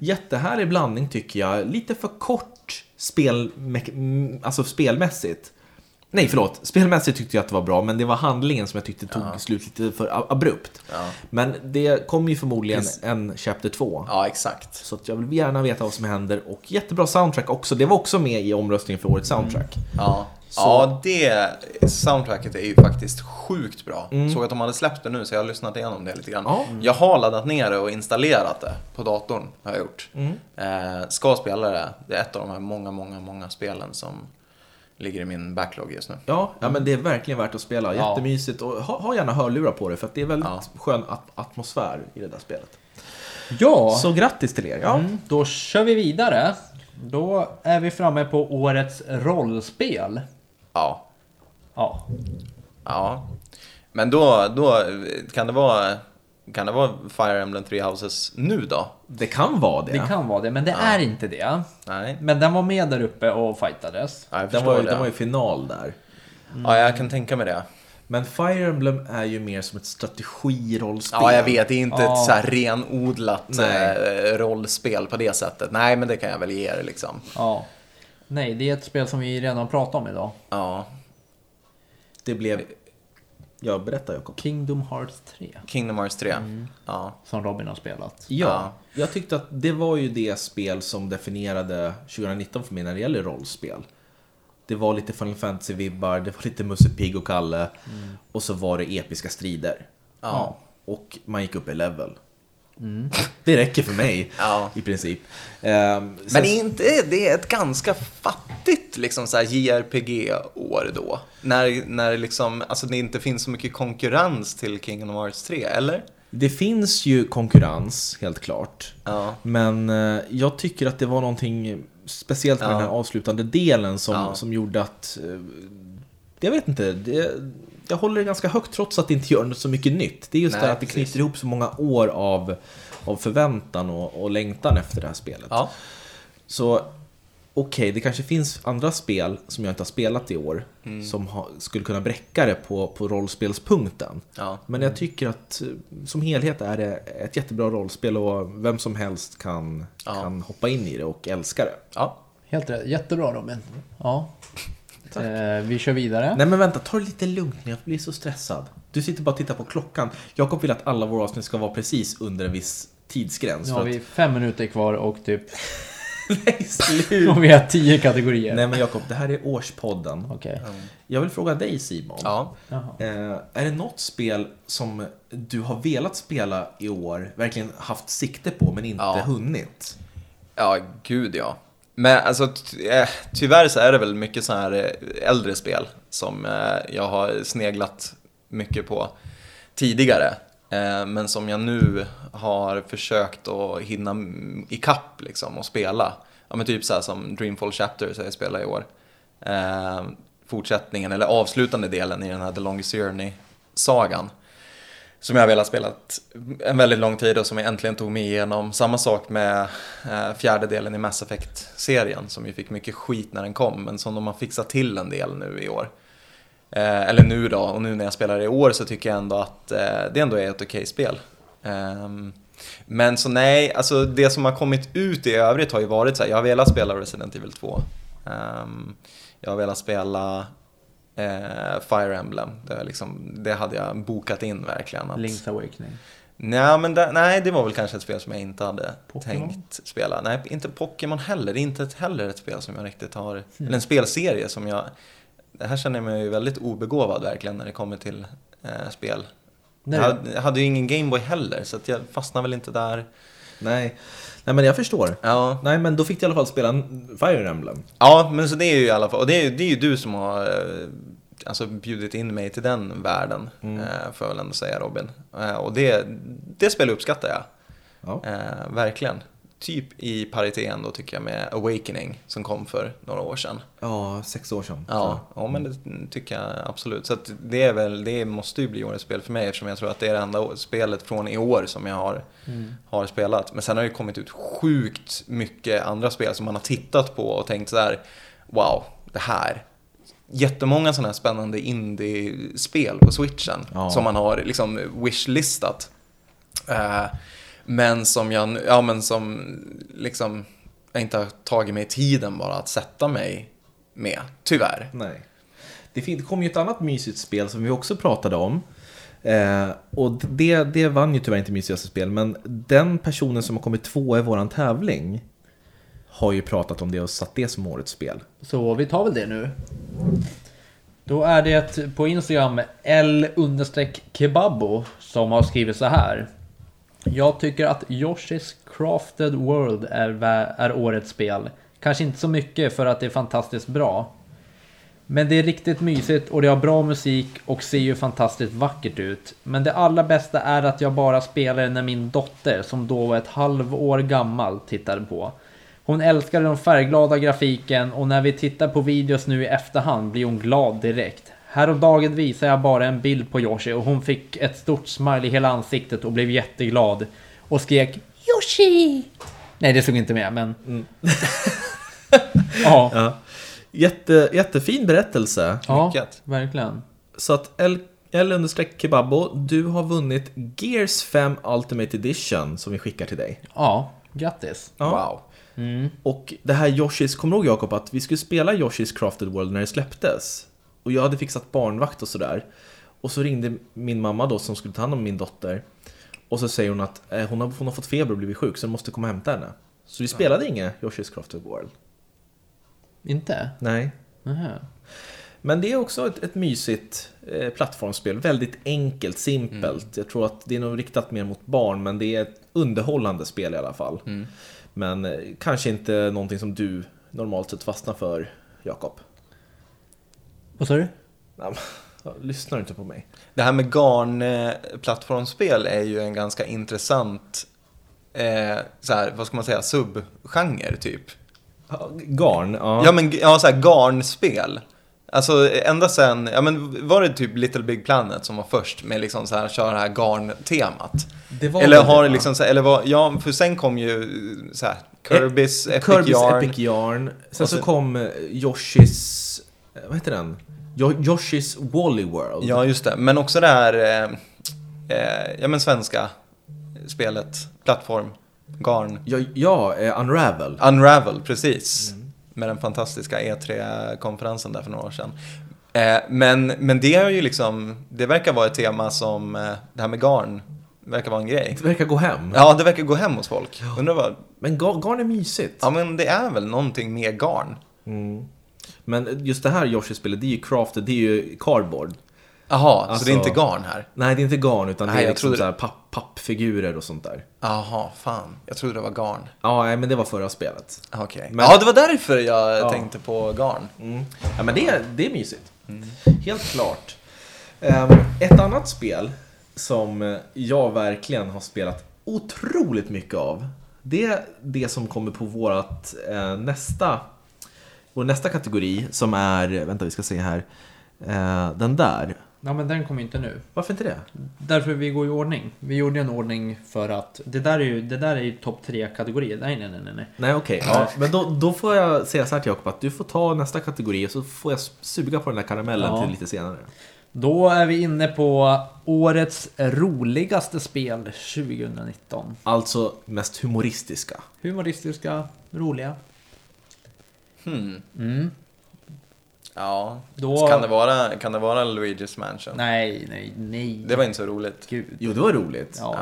S1: Jättehärlig blandning tycker jag. Lite för kort spel, mm, alltså spelmässigt. Nej, förlåt. Spelmässigt tyckte jag att det var bra, men det var handlingen som jag tyckte tog slut lite för a- abrupt.
S3: Ja.
S1: Men det kommer ju förmodligen
S3: Precis.
S1: en Chapter 2.
S3: ja, exakt.
S1: Så att jag vill gärna veta vad som händer och jättebra soundtrack också. Det var också med i omröstningen för
S3: Mm.
S1: årets soundtrack.
S3: Ja.
S1: Så-
S3: ja, det soundtracket är ju faktiskt sjukt bra. Såg att de hade släppt det nu så jag har lyssnat igenom det lite grann.
S1: Mm. Ja.
S3: Jag har laddat ner det och installerat det på datorn. har jag gjort.
S1: Mm.
S3: Eh, ska spela det. Det är ett av de här många, många, många spelen som ligger i min backlog just nu.
S1: Ja, ja men det är verkligen värt att spela.
S2: Ja.
S1: Jättemysigt och ha, ha gärna hörlurar på det för att det är väldigt
S3: Ja.
S1: skön at- atmosfär i det där spelet.
S2: Ja,
S1: Så grattis till er! Ja.
S2: mm, då kör vi vidare. Då är vi framme på årets rollspel.
S3: Ja,
S2: Ja,
S3: Ja. Men då, då kan det vara kan det vara Fire Emblem Three Houses nu då?
S1: Det kan vara det.
S2: det kan vara det, men det är inte det.
S3: Nej.
S2: Men den var med där uppe och fightades.
S3: Ja, jag
S1: den,
S3: förstår
S1: var ju,
S3: det.
S1: den var ju final där.
S3: Ja, jag kan tänka mig det.
S1: Men Fire Emblem är ju mer som ett strategirollspel.
S3: Ja, jag vet. Det är inte
S2: Ja.
S3: ett så här renodlat
S1: Nej.
S3: eh, rollspel på det sättet. Nej, men det kan jag väl ge er liksom.
S2: Ja. Nej, det är ett spel som vi redan pratat om idag.
S3: Ja.
S1: Det blev... Ja, berätta Jakob.
S2: Kingdom Hearts 3.
S3: Kingdom Hearts 3. Ja.
S2: Som Robin har spelat.
S1: Ja,
S3: Ja.
S1: jag tyckte att det var ju det spel som definierade 2019 för mig när det gäller rollspel. Det var lite Final Fantasy-vibbar, det var lite Musse Pigg och Kalle och så var det episka strider.
S3: Mm. Ja. Mm.
S1: Och man gick upp i level. Det räcker för mig
S3: Ja.
S1: i princip. Ehm, sen-
S3: Men är inte det är ett ganska fattigt liksom så här JRPG-år då? När, när det liksom, alltså det inte finns så mycket konkurrens till Kingdom Hearts 3, eller?
S1: Det finns ju konkurrens, helt klart.
S3: Ja.
S1: Men eh, jag tycker att det var någonting speciellt med
S3: Ja.
S1: den här avslutande delen som,
S3: Ja.
S1: som gjorde att eh, jag vet inte. Det, jag håller det ganska högt trots att det inte gör något så mycket nytt. Det är just
S3: Nej,
S1: det här att det
S3: precis.
S1: knyter ihop så många år av, av förväntan och, och längtan efter det här spelet.
S3: Ja,
S1: Så okej, det kanske finns andra spel som jag inte har spelat i år
S3: Mm.
S1: som ha, skulle kunna bräcka det på, på rollspelspunkten.
S3: ja.
S1: Men jag tycker att eh, som helhet är det ett jättebra rollspel och vem som helst kan,
S3: Ja.
S1: kan hoppa in i det och älska det.
S3: ja.
S2: Helt rätt. Jättebra Robin. Ja. Eh, vi kör vidare.
S1: Nej men vänta, ta det lite lugnt nu, jag blir så stressad. Du sitter bara och tittar på klockan. Jakob vill att alla våra avsnitt ska vara precis under en viss tidsgräns.
S2: Nu
S1: för
S2: har vi fem minuter kvar och typ
S1: att... Nej, slut!
S2: och vi har tio kategorier.
S1: Nej men Jakob, det här är årspodden.
S2: Okej.
S1: Jag vill fråga dig Simon.
S3: ja.
S2: Jaha.
S1: Eh, är det något spel som du har velat spela i år, verkligen haft sikte på men inte
S3: Ja.
S1: hunnit?
S3: Ja, gud ja. Men alltså, ty- eh, tyvärr så är det väl mycket så här eh, äldre spel som eh, jag har sneglat mycket på tidigare. eh, Men som jag nu har försökt att hinna m- ikapp liksom och spela. Ja men typ så här som Dreamfall Chapter som jag spelade i år. Eh, Fortsättningen eller avslutande delen i den här The Longest Journey-sagan. Som jag har velat spela ett- en väldigt lång tid och som jag äntligen tog mig igenom. Samma sak med eh, fjärde delen i Mass Effect-serien som ju fick mycket skit när den kom men som de har fixat till en del nu i år. Eh, eller nu då, och nu när jag spelar i år så tycker jag ändå att eh, det ändå är ett okej spel. Ehm, men så nej, alltså det som har kommit ut i övrigt har ju varit så här, jag har velat spela Resident Evil 2. Ehm, jag har velat spela eh, Fire Emblem, det, är liksom, det hade jag bokat in verkligen. Att,
S2: Link's Awakening.
S3: Nej, men det, nej, det var väl kanske ett spel som jag inte hade
S2: Pokémon?
S3: tänkt spela. Nej, inte Pokémon heller. Det är inte ett, heller ett spel som jag riktigt har...
S2: Hmm.
S3: Eller en spelserie som jag... Det här känner jag mig ju väldigt obegåvad verkligen när det kommer till eh, spel.
S2: Nej.
S3: Jag hade, jag hade ju ingen Gameboy heller, så att jag fastnade väl inte där.
S1: Nej. Nej men jag förstår.
S3: Ja,
S1: Nej men då fick du i alla fall spela en Fire Emblem.
S3: ja men så det är ju i alla fall... Och det är, ju- det är ju du som har eh, alltså, bjudit in mig till den världen,
S2: Mm.
S3: eh, får jag väl ändå säga Robin. Eh, och det, det spelet uppskattar jag.
S1: Ja.
S3: Eh, verkligen. Typ i paritet ändå tycker jag med Awakening som kom för några år sedan.
S1: Ja, sex år sedan.
S3: Ja, ja men det tycker jag absolut. Så att det, är väl, det måste ju bli årets spel för mig eftersom jag tror att det är det enda å- spelet från i år som jag har,
S1: Mm.
S3: har spelat. Men sen har det ju kommit ut sjukt mycket andra spel som man har tittat på och tänkt så här: wow, det här. Jättemånga sådana här spännande indie-spel på switchen
S1: Ja.
S3: som man har liksom wishlistat. Eh, men som jag, nu- ja men som liksom, jag inte har tagit mig tiden bara att sätta mig med, tyvärr.
S1: Nej. Det, fin- det kom ju ett annat mysigt spel som vi också pratade om. Eh, och det, det vann ju tyvärr inte mysigaste spel, men den personen som har kommit tvåa i våran tävling har ju pratat om det och satt det som årets spel.
S2: Så vi tar väl det nu. Då är det på Instagram l-kebabbo som har skrivit så här. Jag tycker att Yoshi's Crafted World är, vä- är årets spel. Kanske inte så mycket för att det är fantastiskt bra. Men det är riktigt mysigt och det har bra musik och ser ju fantastiskt vackert ut. Men det allra bästa är att jag bara spelade när min dotter, som då var ett halvår gammal, tittade på. Hon älskade den färgglada grafiken och när vi tittar på videos nu i efterhand blir hon glad direkt. Häromdagen visade jag bara en bild på Yoshi och hon fick ett stort smile i hela ansiktet och blev jätteglad. Och skrek Yoshi! Nej, det stod inte med, men... ja, ja,
S1: Jätte, jättefin berättelse.
S3: lyckat.
S2: verkligen.
S1: Så att L, L understreck kebabbo, du har vunnit Gears 5 Ultimate Edition som vi skickar till dig.
S2: Ja, grattis.
S1: Ja. Mm.
S3: Wow.
S1: Och det här Yoshis, kommer du ihåg Jakob att vi skulle spela Yoshis Crafted World när det släpptes? Och jag hade fixat barnvakt och sådär. Och så ringde min mamma då som skulle ta hand om min dotter. Och så säger hon att eh, hon, har, hon har fått feber och blivit sjuk så du måste komma och hämta henne. Så vi spelade inget Yoshis Crafted World.
S2: Inte?
S1: Nej.
S2: Nähä.
S1: Men det är också ett, ett mysigt eh, plattformsspel. Väldigt enkelt, simpelt. Jag tror att det är nog riktat mer mot barn, men det är ett underhållande spel i alla fall. Men eh, kanske inte någonting som du normalt sett fastnar för, Jakob.
S2: Vad sa du?
S1: Nej, men, Lyssnar du inte på mig?
S3: Det här med garnplattformsspel är ju en ganska intressant, eh, så här, vad ska man säga, subgenre typ.
S1: Ja, Garn, ja.
S3: Ja men ja, så här, garnspel. Alltså ända sen, ja men var det typ Little Big Planet som var först med liksom så här, köra det här garntemat?
S1: Det var
S3: Eller
S1: väl
S3: har
S1: det,
S3: det
S1: va?
S3: liksom så här, eller var, ja för sen kom ju eh, så här, Kirby's Epic
S1: Eh, Kirby's
S3: Yarn.
S1: Epic Yarn. Sen
S3: Och
S1: så
S3: sen-
S1: kom eh, Yoshi's... eh, Vad heter den? Jo- Yoshi's Wally World.
S3: Ja just det, men också det här, eh, eh, ja men svenska spelet, plattform, garn.
S1: Ja, ja eh, Unravel.
S3: Unravel, precis.
S1: Mm.
S3: Med den fantastiska E3-konferensen där för några år sedan. Eh, men, men det är ju liksom, det verkar vara ett tema som, eh, det här med garn, verkar vara en grej.
S1: Det verkar gå hem.
S3: Ja, det verkar gå hem hos folk. Undrar vad,
S1: Men ga- garn är mysigt.
S3: ja men det är väl någonting med garn.
S1: Mm. Men just det här Yoshi-spelet, det är ju crafted, det är ju cardboard.
S3: Jaha, så
S1: Alltså-
S3: det är inte garn här?
S1: Nej, det är inte garn utan
S3: Nej,
S1: det är
S3: jag
S1: liksom
S3: trodde-
S1: så här papp, pappfigurer och sånt där.
S3: Jaha, fan. Jag trodde det var garn.
S1: Ja, nej, men det var förra spelet.
S3: Okej.
S1: Men-
S3: Ja, det var därför jag
S1: Ja.
S3: tänkte på garn.
S1: Ja, men det, det är mysigt.
S3: Mm.
S1: Helt klart. Ehm, ett annat spel som jag verkligen har spelat otroligt mycket av. Det är det som kommer på vårat eh, nästa, vår nästa kategori som är, vänta vi ska se här, eh, den där.
S2: Ja, men den kommer inte nu.
S1: Varför inte det?
S2: Därför vi går i ordning. Vi gjorde en ordning för att det där är ju, det där är ju topp tre kategorier. Nej, nej, nej, nej, nej.
S1: Nej okej, ja, men då, då får jag säga så här till Jakob att du får ta nästa kategori och så får jag suga på den där karamellen
S2: Ja.
S1: till lite senare.
S2: Då är vi inne på årets roligaste spel 2019.
S1: Alltså mest humoristiska.
S2: Humoristiska, roliga.
S3: Hmm.
S2: Mm.
S3: Ja,
S2: Då-
S3: kan, det vara, kan det vara Luigi's Mansion?
S2: Nej, nej, nej.
S3: Det var inte så roligt.
S2: Gud.
S1: Jo, det var roligt.
S2: Ja.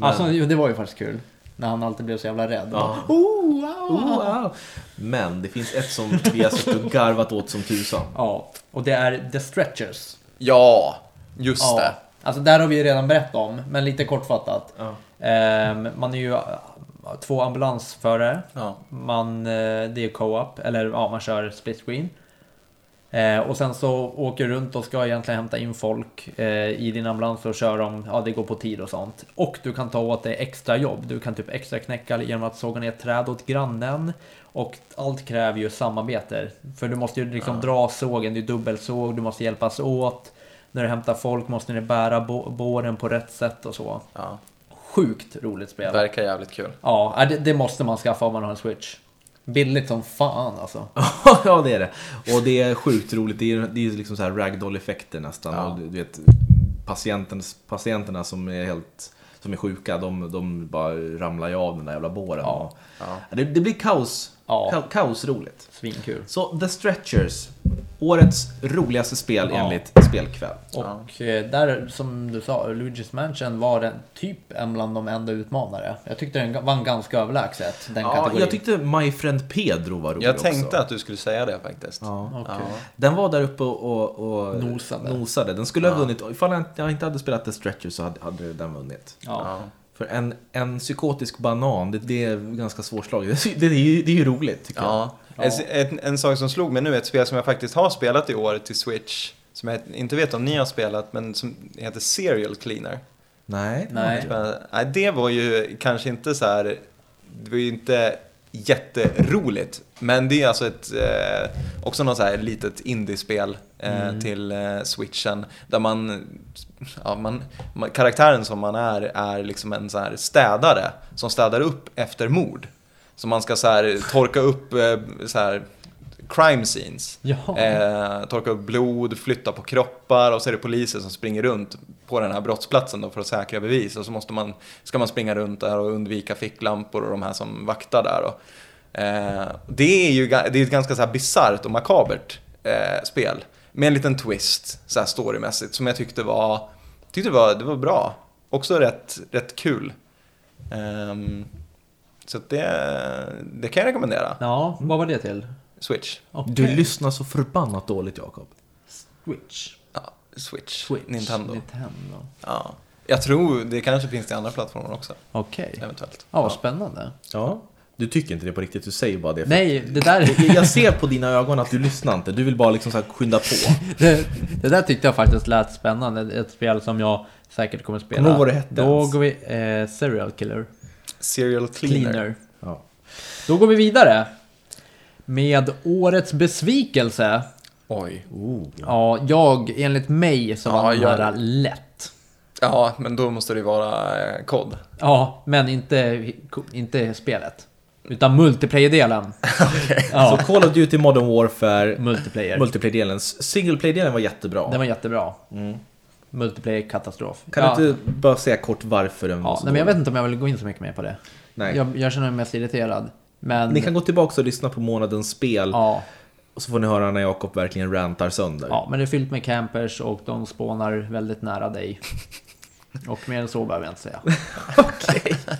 S3: Ja.
S2: Alltså, jo, det var ju faktiskt kul. När han alltid blev så jävla rädd.
S1: Ja.
S2: Oh, wow.
S1: Oh, wow. Men det finns ett som vi har suttit och garvat åt som tusan.
S2: Ja, och det är The Stretchers.
S3: Ja, just
S2: Ja.
S3: det.
S2: Alltså där har vi ju redan berättat om, men lite kortfattat.
S1: Ja.
S2: Ehm, man är ju eh, två ambulansförare.
S3: Ja.
S2: Man, eh, det är co-op, eller ja, man kör split screen. Eh, och sen så åker du runt och ska egentligen hämta in folk eh, i din ambulans och kör dem, ja det går på tid och sånt. Och du kan ta åt dig extra jobb. Du kan typ extra knäcka genom att såga ner ett träd åt grannen. Och allt kräver ju samarbete. För du måste ju liksom dra sågen, det är dubbelsåg, du måste hjälpas åt. När du hämtar folk måste ni bära bo- båren på rätt sätt och så.
S3: Ja,
S2: Sjukt roligt spel.
S3: verkar jävligt kul.
S2: Ja, äh, det, det måste man skaffa om man har en switch. Billigt som fan alltså.
S1: ja, det är det. Och det är sjukt roligt. Det är, det är ju liksom så här ragdoll-effekter nästan.
S3: Ja.
S1: Och du vet, patienten, patienterna som är helt som är sjuka, de, de bara ramlar ju av den där jävla båren.
S2: Ja.
S3: Ja.
S1: Det, det blir kaos.
S2: Ja.
S1: Ka- kaosroligt.
S2: Svinkul.
S1: Så The Stretchers. Årets roligaste spel
S2: Ja.
S1: enligt Spelkväll.
S2: Och eh, där som du sa, Luigi's Mansion var den typ en bland de enda utmanare. Jag tyckte den vann ganska överlägset den
S1: Ja,
S2: kategorin.
S1: jag tyckte My Friend Pedro var rolig
S3: Jag tänkte
S1: också.
S3: att du skulle säga det faktiskt.
S1: Ja.
S2: Okej.
S3: Ja.
S1: Den var där uppe och, och, och
S2: Nosade.
S1: nosade. Den skulle ha vunnit. Ifall jag inte- jag inte hade spelat The Stretcher så hade, hade den vunnit.
S2: Ja.
S3: Ja.
S1: För en, en psykotisk banan, det, det är ganska svårslaget. Det, det, är ju- det är ju roligt tycker
S3: Ja.
S2: Ja.
S3: En, en, en sak som slog mig nu är ett spel som jag faktiskt har spelat i år till Switch. Som jag inte vet om ni har spelat, men som heter Serial Cleaner.
S1: jag. Nej. det var
S2: Nej.
S1: inte det.
S3: Men, nej, det var ju kanske inte så här, det var ju inte jätteroligt. Men det är alltså ett, eh, också något så här litet indiespel eh,
S2: Mm.
S3: till eh, switchen. Där man, ja, man, man, karaktären som man är, är liksom en så här städare som städar upp efter mord. Så man ska så här torka upp eh, så här crime scenes.
S2: Jaha.
S3: Eh, torka upp blod, flytta på kroppar och så är det poliser som springer runt på den här brottsplatsen då för att säkra bevis. Och så måste man, ska man springa runt där och undvika ficklampor och de här som vaktar där. Då. Eh, det är ju ga- det är ett ganska så här bisarrt och makabert eh, spel. Med en liten twist så här storymässigt som jag tyckte var, tyckte var, det var bra. Också rätt, rätt kul. Ehm, så att det, det kan jag rekommendera.
S2: ja, vad var det till?
S3: Switch.
S2: Okej.
S1: Du lyssnar så förbannat dåligt Jakob.
S2: Switch.
S3: Ja, Switch.
S2: Switch.
S3: Nintendo.
S2: Nintendo.
S3: Ja. Jag tror det kanske finns till andra plattformar också,
S2: Okej.
S3: eventuellt.
S2: Ja, vad spännande.
S1: Ja. Du tycker inte det på riktigt, du säger bara det. för-
S2: Nej, det där...
S1: Jag- Jag ser på dina ögon att du lyssnar inte, du vill bara liksom så här skynda på.
S2: det, det där tyckte jag faktiskt lät spännande. Ett spel som jag säkert kommer spela.
S1: Kommer du ihåg vad det hette
S2: Då
S1: ens?
S2: går vi... Eh, serial Killer.
S3: Serial Cleaner.
S2: Cleaner.
S1: Ja.
S2: Då går vi vidare. Med årets besvikelse.
S3: Oj.
S1: Oh.
S2: Ja, jag, enligt mig så var
S3: Ja,
S2: den här
S3: jag-
S2: lätt.
S3: Ja, men då måste det vara eh, kod.
S2: Ja, men inte, inte spelet. Utan multiplayer-delen.
S1: Så Call of Duty Modern Warfare,
S2: Multiplayer.
S1: multiplayer-delen. Single player-delen var jättebra.
S2: Mm. Den var jättebra. Multiplayer-katastrof.
S1: Mm. Kan
S2: ja.
S1: du inte bara säga kort varför den var
S2: Ja,
S1: så
S2: nej, men jag
S1: dålig?
S2: vet inte om jag vill gå in så mycket mer på det.
S1: Nej.
S2: Jag, jag känner mig mest irriterad. Men...
S1: Ni kan gå tillbaka och lyssna på månadens spel.
S2: ja,
S1: Och så får ni höra när Jakob verkligen rantar sönder.
S2: ja, men det är fyllt med campers och de spånar väldigt nära dig. Och mer än så behöver jag inte säga.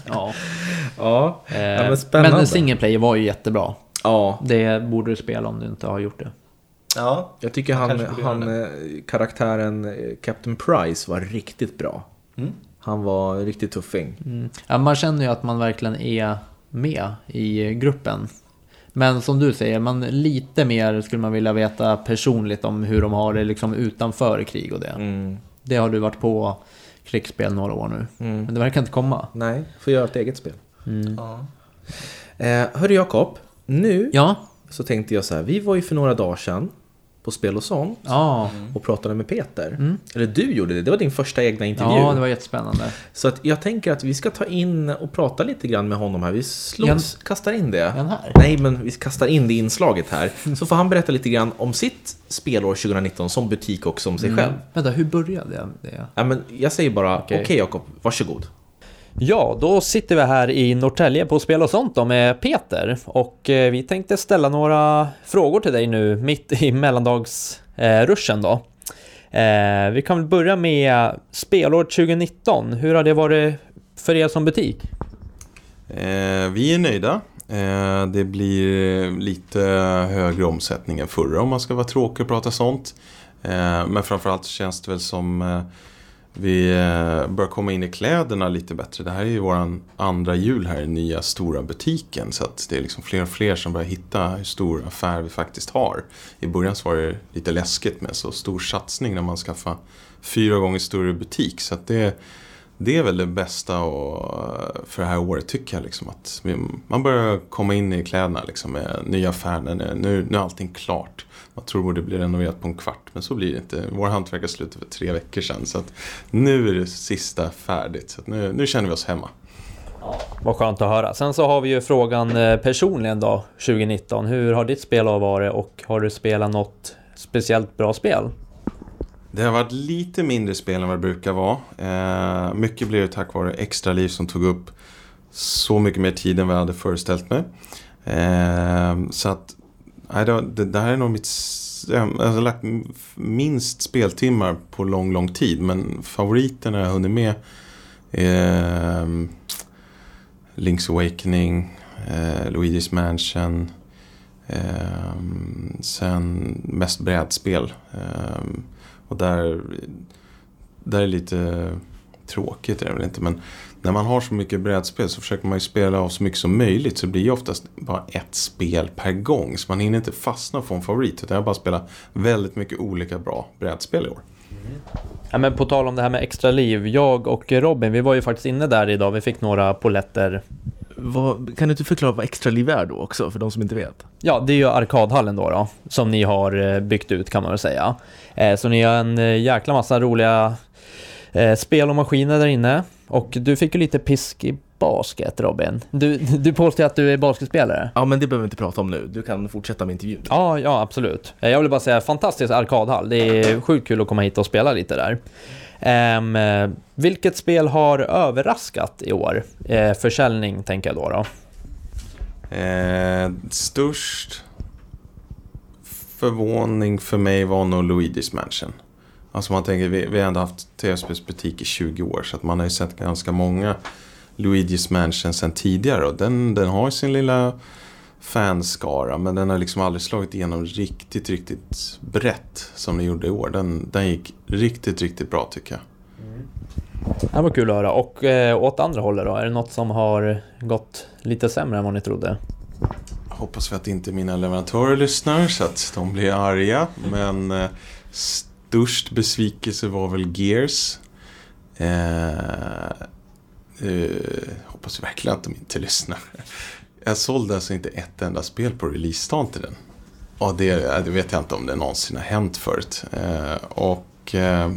S2: Ja.
S1: Ja,
S2: Eh,
S1: ja men spännande.
S2: men single player var ju jättebra.
S1: ja,
S2: Det borde du spela om du inte har gjort det.
S3: Ja.
S1: jag tycker han,
S3: kanske borde göra
S1: han eh, karaktären eh, Captain Price var riktigt bra.
S2: Mm.
S1: Han var riktigt tuffing.
S2: Ja, man känner ju att man verkligen är med i gruppen. Men som du säger, man lite mer skulle man vilja veta personligt om hur de har det liksom utanför krig och det. Det har du varit på krigsspel några år nu. Men det verkar inte komma.
S1: Nej, får göra ett eget spel.
S2: Mm.
S3: Ja.
S1: Eh, hörru Jakob, nu
S2: Ja,
S1: så tänkte jag så här. Vi var ju för några dagar sedan på Spel och sånt
S2: ja.
S1: och pratade med Peter. Eller du gjorde det, det var din första egna intervju.
S2: ja det var jättespännande.
S1: Så att jag tänker att vi ska ta in och prata lite grann med honom här. Vi slår,
S2: Jan-
S1: kastar in det.
S2: Jan här?
S1: Nej, men vi kastar in det inslaget här. Så får han berätta lite grann om sitt spelår 2019 som butik och som sig själv.
S2: Vänta, hur började jag det?
S1: Ja, men jag säger bara Mm. okej
S2: Okej.
S1: Jakob, varsågod.
S2: Ja, då sitter vi här i Norrtälje på Spel och sånt då med Peter och eh, vi tänkte ställa några frågor till dig nu mitt i mellandagsruschen då. Eh, Vi kan väl börja med spelår 2019. Hur har det varit för er som butik?
S4: Eh, vi är nöjda. Eh, det blir lite högre omsättning än förra om man ska vara tråkig och prata sånt. Eh, men framförallt så känns det väl som eh, vi eh, börjar komma in i kläderna lite bättre. Det här är ju vår andra jul här i den nya stora butiken. Så att det är liksom fler och fler som börjar hitta hur stor affär vi faktiskt har. I början så var det lite läskigt med så stor satsning när man skaffar fyra gånger större butik. Så att det det är väl det bästa och för det här året tycker jag. Liksom, att vi- man börjar komma in i kläderna liksom, med nya affärer. Nu, nu är allting klart. Man tror det blir renoverat på en kvart men så blir det inte. Vår hantverkare slutade för tre veckor sedan. Så att nu är det sista färdigt. Så att nu, nu känner vi oss hemma.
S2: Vad skönt att höra. Sen så har vi ju frågan eh, personligen då 2019. Hur har ditt spelår varit och har du spelat något speciellt bra spel?
S4: Det har varit lite mindre spel än vad det brukar vara. Eh, mycket blev det tack vare extra liv som tog upp så mycket mer tid än vad jag hade föreställt mig. Eh, så att, nej, det, var- det, det här är nog mitt... s- Jag har alltså lagt m- minst speltimmar på lång, lång tid. Men favoriterna jag hunnit med är eh, Link's Awakening, eh, Luigi's Mansion. Eh, sen mest brädspel. Eh, och där, där är lite tråkigt, är det väl inte. Men när man har så mycket brädspel så försöker man ju spela av så mycket som möjligt. Så det blir ju oftast bara ett spel per gång. Så man hinner inte fastna och få en favorit. Utan jag har bara spelat väldigt mycket olika bra brädspel i år.
S5: Ja, men på tal om det här med extra liv. Jag och Robin, vi var ju faktiskt inne där idag. Vi fick några poletter.
S1: kan du inte förklara vad extra liv är då också, för de som inte vet?
S5: Ja, det är ju arkadhallen då, då som ni har eh, byggt ut kan man väl säga. Eh, Så ni har en eh, jäkla massa roliga eh, spel och maskiner där inne. Och du fick ju lite pisk i basket Robin. Du, du påstår att du är basketspelare.
S1: Ja, men det behöver vi inte prata om nu. Du kan fortsätta med intervjun.
S5: Ja, ja absolut. Eh, Jag vill bara säga fantastisk arkadhall. Det är sjukt kul att komma hit och spela lite där. Ehm, eh, vilket spel har överraskat i år? Eh, försäljning tänker jag då. då.
S4: Eh, störst förvåning för mig var nog Luigi's Mansion. Alltså man tänker, vi, vi har ändå haft tv-spelsbutik i 20 år så att man har ju sett ganska många Luigi's Mansion sen tidigare och den, den har ju sin lilla fanskara men den har liksom aldrig slagit igenom riktigt, riktigt brett som den gjorde i år. Den, den gick riktigt, riktigt bra tycker jag.
S5: Det var kul att höra. Och eh, åt andra hållet då? Är det något som har gått lite sämre än vad ni trodde?
S4: Hoppas vi att inte mina leverantörer lyssnar så att de blir arga. Men eh, störst besvikelse var väl Gears. Eh, eh, hoppas verkligen att de inte lyssnar. Jag sålde alltså inte ett enda spel på releasedagen till den. Ja, det, det vet jag inte om det någonsin har hänt förut. Eh, och eh,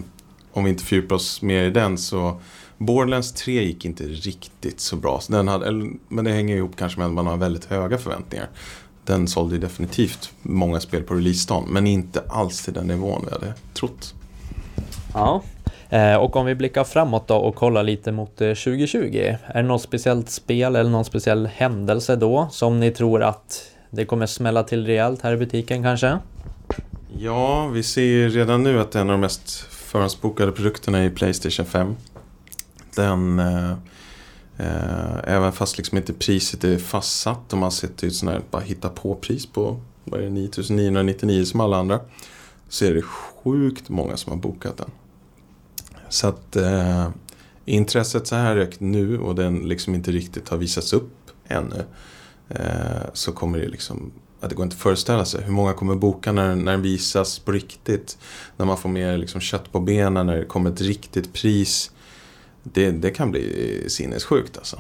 S4: om vi inte fördjupar oss mer i den så Borderlands 3 gick inte riktigt så bra. Så den hade, eller, men det hänger ihop kanske med att man har väldigt höga förväntningar. Den sålde ju definitivt många spel på releasedagen men inte alls till den nivån vi hade trott.
S5: Ja. Eh, Och om vi blickar framåt då och kollar lite mot eh, 2020. Är det något speciellt spel eller någon speciell händelse då som ni tror att det kommer smälla till rejält här i butiken kanske?
S4: Ja, vi ser ju redan nu att en av de mest förhandsbokade produkterna är Playstation 5. Den, eh, eh, även fast liksom inte priset är fastsatt och man sätter ut sådana här bara hitta på pris på vad är det, 9999 som alla andra. Så är det sjukt många som har bokat den. Så att eh, intresset så här högt nu och den liksom inte riktigt har visats upp ännu. Eh, så kommer det liksom att det går inte att föreställa sig. Hur många kommer boka när, när den visas på riktigt? När man får mer liksom, kött på benen, när det kommer ett riktigt pris. Det, det kan bli sinnessjukt alltså.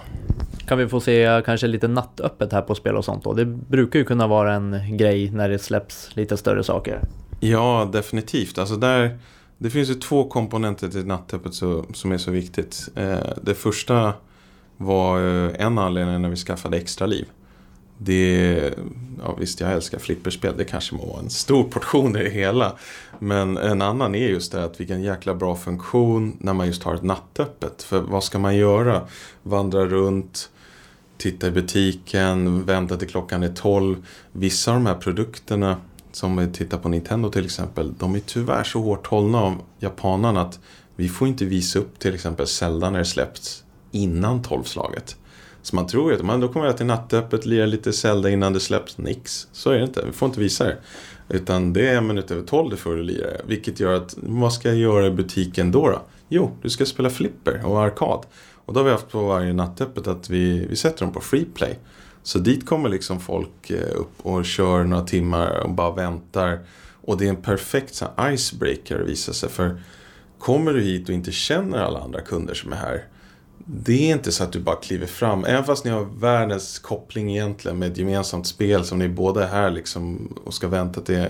S5: Kan vi få se eh, kanske lite nattöppet här på spel och sånt då? Det brukar ju kunna vara en grej när det släpps lite större saker.
S4: Ja, definitivt. Alltså där, det finns ju två komponenter till nattöppet så, som är så viktigt. Eh, det första var eh, en anledning när vi skaffade extra liv. Det, ja visst jag älskar flipperspel, det kanske må vara en stor portion i det hela. Men en annan är just det att vilken jäkla bra funktion när man just har ett nattöppet. För vad ska man göra? Vandra runt, titta i butiken, vänta till klockan är 12. Vissa av de här produkterna som vi tittar på Nintendo till exempel, de är tyvärr så hårt hållna av japanerna att vi får inte visa upp till exempel Zelda när det släppts innan tolvslaget. Så man tror ju att man, då kommer jag till nattöppet, lira lite Zelda innan det släpps. Nix, så är det inte. Vi får inte visa det. Utan det är en minut över tolv du får lira det. Vilket gör att, vad ska jag göra i butiken då? då? Jo, du ska spela flipper och arkad. Och då har vi haft på varje nattöppet att vi, vi sätter dem på freeplay. Så dit kommer liksom folk eh, upp och kör några timmar och bara väntar. Och det är en perfekt så här icebreaker visar sig. För kommer du hit och inte känner alla andra kunder som är här. Det är inte så att du bara kliver fram. Även fast ni har världens koppling egentligen med ett gemensamt spel som ni båda är här liksom och ska vänta till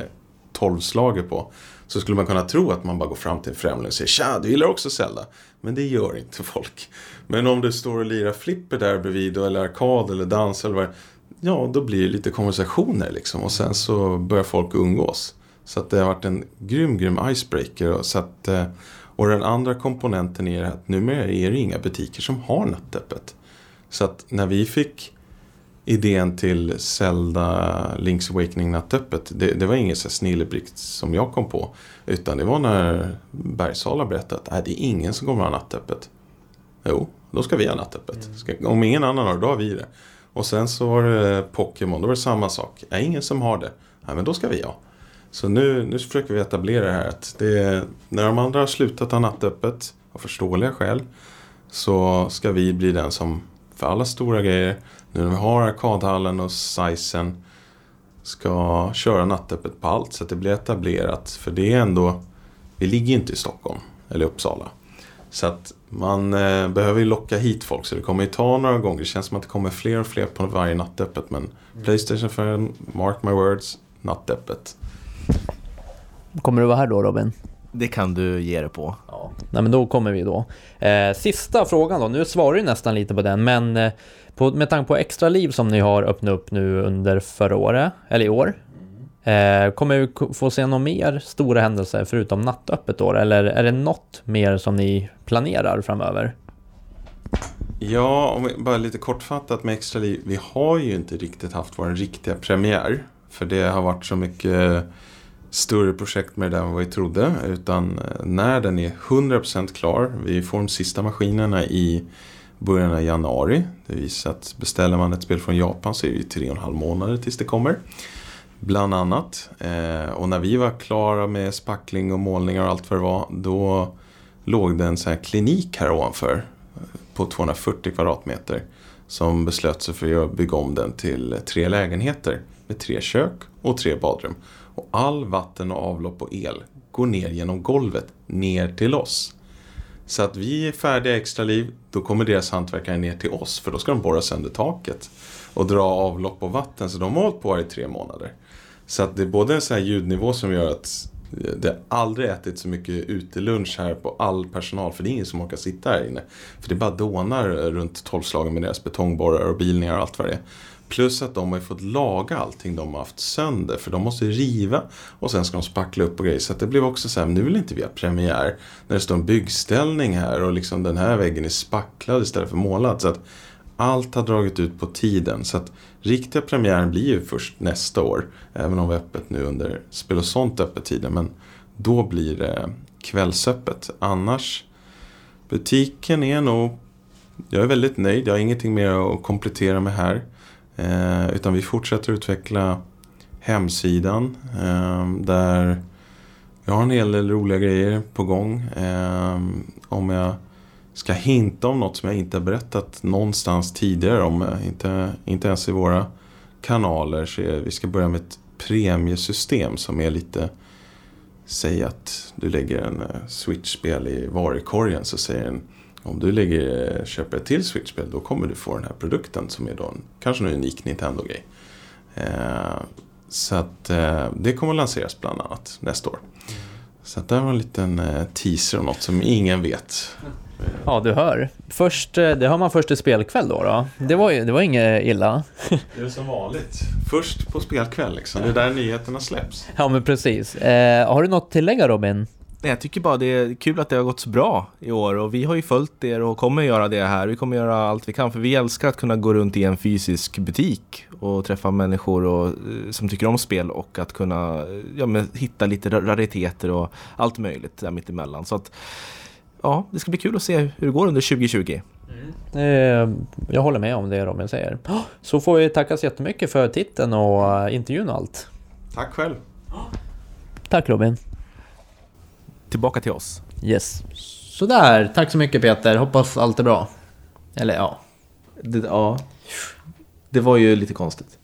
S4: tolvslaget på. Så skulle man kunna tro att man bara går fram till en främling och säger Tja, du gillar också Zelda. Men det gör inte folk. Men om du står och lirar flipper där bredvid eller arkad eller dans eller vad det- Ja, då blir det lite konversationer liksom och sen så börjar folk umgås. Så att det har varit en grym, grym icebreaker. Och, så att, eh, och den andra komponenten är att numera är det inga butiker som har nattöppet. Så att när vi fick idén till Zelda Link's Awakening nattöppet. Det, det var ingen så här snilleblixt som jag kom på. Utan det var när Bergsala berättade att "Nej, det är ingen som kommer ha nattöppet. Jo, då ska vi ha nattöppet. Ska, om ingen annan har det, då har vi det. Och sen så var det Pokémon, då var det samma sak. Är ingen som har det, nej men då ska vi ha. Så nu, nu försöker vi etablera det här att det, när de andra har slutat ha nattöppet av förståeliga skäl så ska vi bli den som för alla stora grejer, nu när vi har arkadhallen och sizen ska köra nattöppet på allt så att det blir etablerat. För det är ändå, vi ligger inte i Stockholm eller Uppsala. Så att man eh, behöver ju locka hit folk så det kommer ju ta några gånger. Det känns som att det kommer fler och fler på varje nattöppet. Men Playstation 5, mark my words, nattöppet.
S5: Kommer du vara här då Robin?
S6: Det kan du ge dig på.
S5: Ja, nej, men då kommer vi då. Eh, sista frågan då, nu svarar du nästan lite på den, men eh, på, med tanke på extra liv som ni har öppnat upp nu under förra året, eller i år, eh, kommer vi ko- få se några mer stora händelser förutom nattöppet då, eller är det något mer som ni planerar framöver?
S4: Ja, om vi, bara lite kortfattat med Extra Liv. Vi har ju inte riktigt haft vår riktiga premiär. För det har varit så mycket eh, större projekt med det där än vad vi trodde. Utan eh, när den är 100% klar, vi får de sista maskinerna i början av januari. Det visar att beställer man ett spel från Japan så är det ju tre och en halv månader tills det kommer. Bland annat. Eh, och när vi var klara med spackling och målningar och allt vad det var. Då låg det en sån här klinik här ovanför på 240 kvadratmeter som beslöt sig för att bygga om den till tre lägenheter med tre kök och tre badrum. Och all vatten och avlopp och el går ner genom golvet ner till oss. Så att vi är färdiga i extra liv, då kommer deras hantverkare ner till oss för då ska de borra sönder taket och dra avlopp och vatten. Så de har hållit på här i tre månader. Så att det är både en sån här ljudnivå som gör att det aldrig ätit så mycket utelunch här på all personal. För det är ingen som orkar sitta här inne. För det bara dånar runt tolvslagen med deras betongborrar och bilningar och allt vad det är. Plus att de har ju fått laga allting de har haft sönder. För de måste riva och sen ska de spackla upp och grejer. Så att det blev också så här, nu vill inte vi ha premiär. När det står en byggställning här och liksom den här väggen är spacklad istället för målad. Så att allt har dragit ut på tiden. Så att riktiga premiären blir ju först nästa år. Även om vi är öppet nu under spel och sånt öppettiden. Men då blir det kvällsöppet. Annars, butiken är nog... Jag är väldigt nöjd. Jag har ingenting mer att komplettera med här. Eh, utan vi fortsätter utveckla hemsidan. Eh, där jag har en hel del roliga grejer på gång. Eh, om jag ska hinta om något som jag inte har berättat någonstans tidigare om. eh, Inte, inte ens i våra kanaler. Så är, vi ska börja med ett premiesystem som är lite Säg att du lägger en eh, Switch-spel i varukorgen så säger den om du lägger, eh, köper ett till Switch-spel då kommer du få den här produkten som är då en, kanske en unik Nintendo-grej. Eh, så att eh, det kommer att lanseras bland annat nästa år. Så att det här var en liten eh, teaser om något som ingen vet.
S5: Ja, du hör. Först, eh, det hör man först i spelkväll då. då. Det, var ju, det var inget illa.
S4: Det är som vanligt. Först på spelkväll liksom. Det är där nyheterna släpps.
S5: Ja, men precis. Eh, har du något att tillägga Robin?
S6: Nej, jag tycker bara det är kul att det har gått så bra i år och vi har ju följt er och kommer göra det här. Vi kommer göra allt vi kan för vi älskar att kunna gå runt i en fysisk butik och träffa människor och, eh, som tycker om spel och att kunna eh, ja, men, hitta lite ra- rariteter och allt möjligt där mittemellan. Så att, ja, det ska bli kul att se hur det går under 2020.
S5: Eh, jag håller med om det Robin säger.
S2: Oh!
S5: Så får vi tacka så jättemycket för titeln och eh, intervjun och allt.
S4: Tack själv.
S5: Tack Robin.
S6: Tillbaka till oss.
S5: Yes.
S2: Sådär, tack så mycket Peter. Hoppas allt är bra. Eller ja.
S6: Det, ja, det var ju lite konstigt.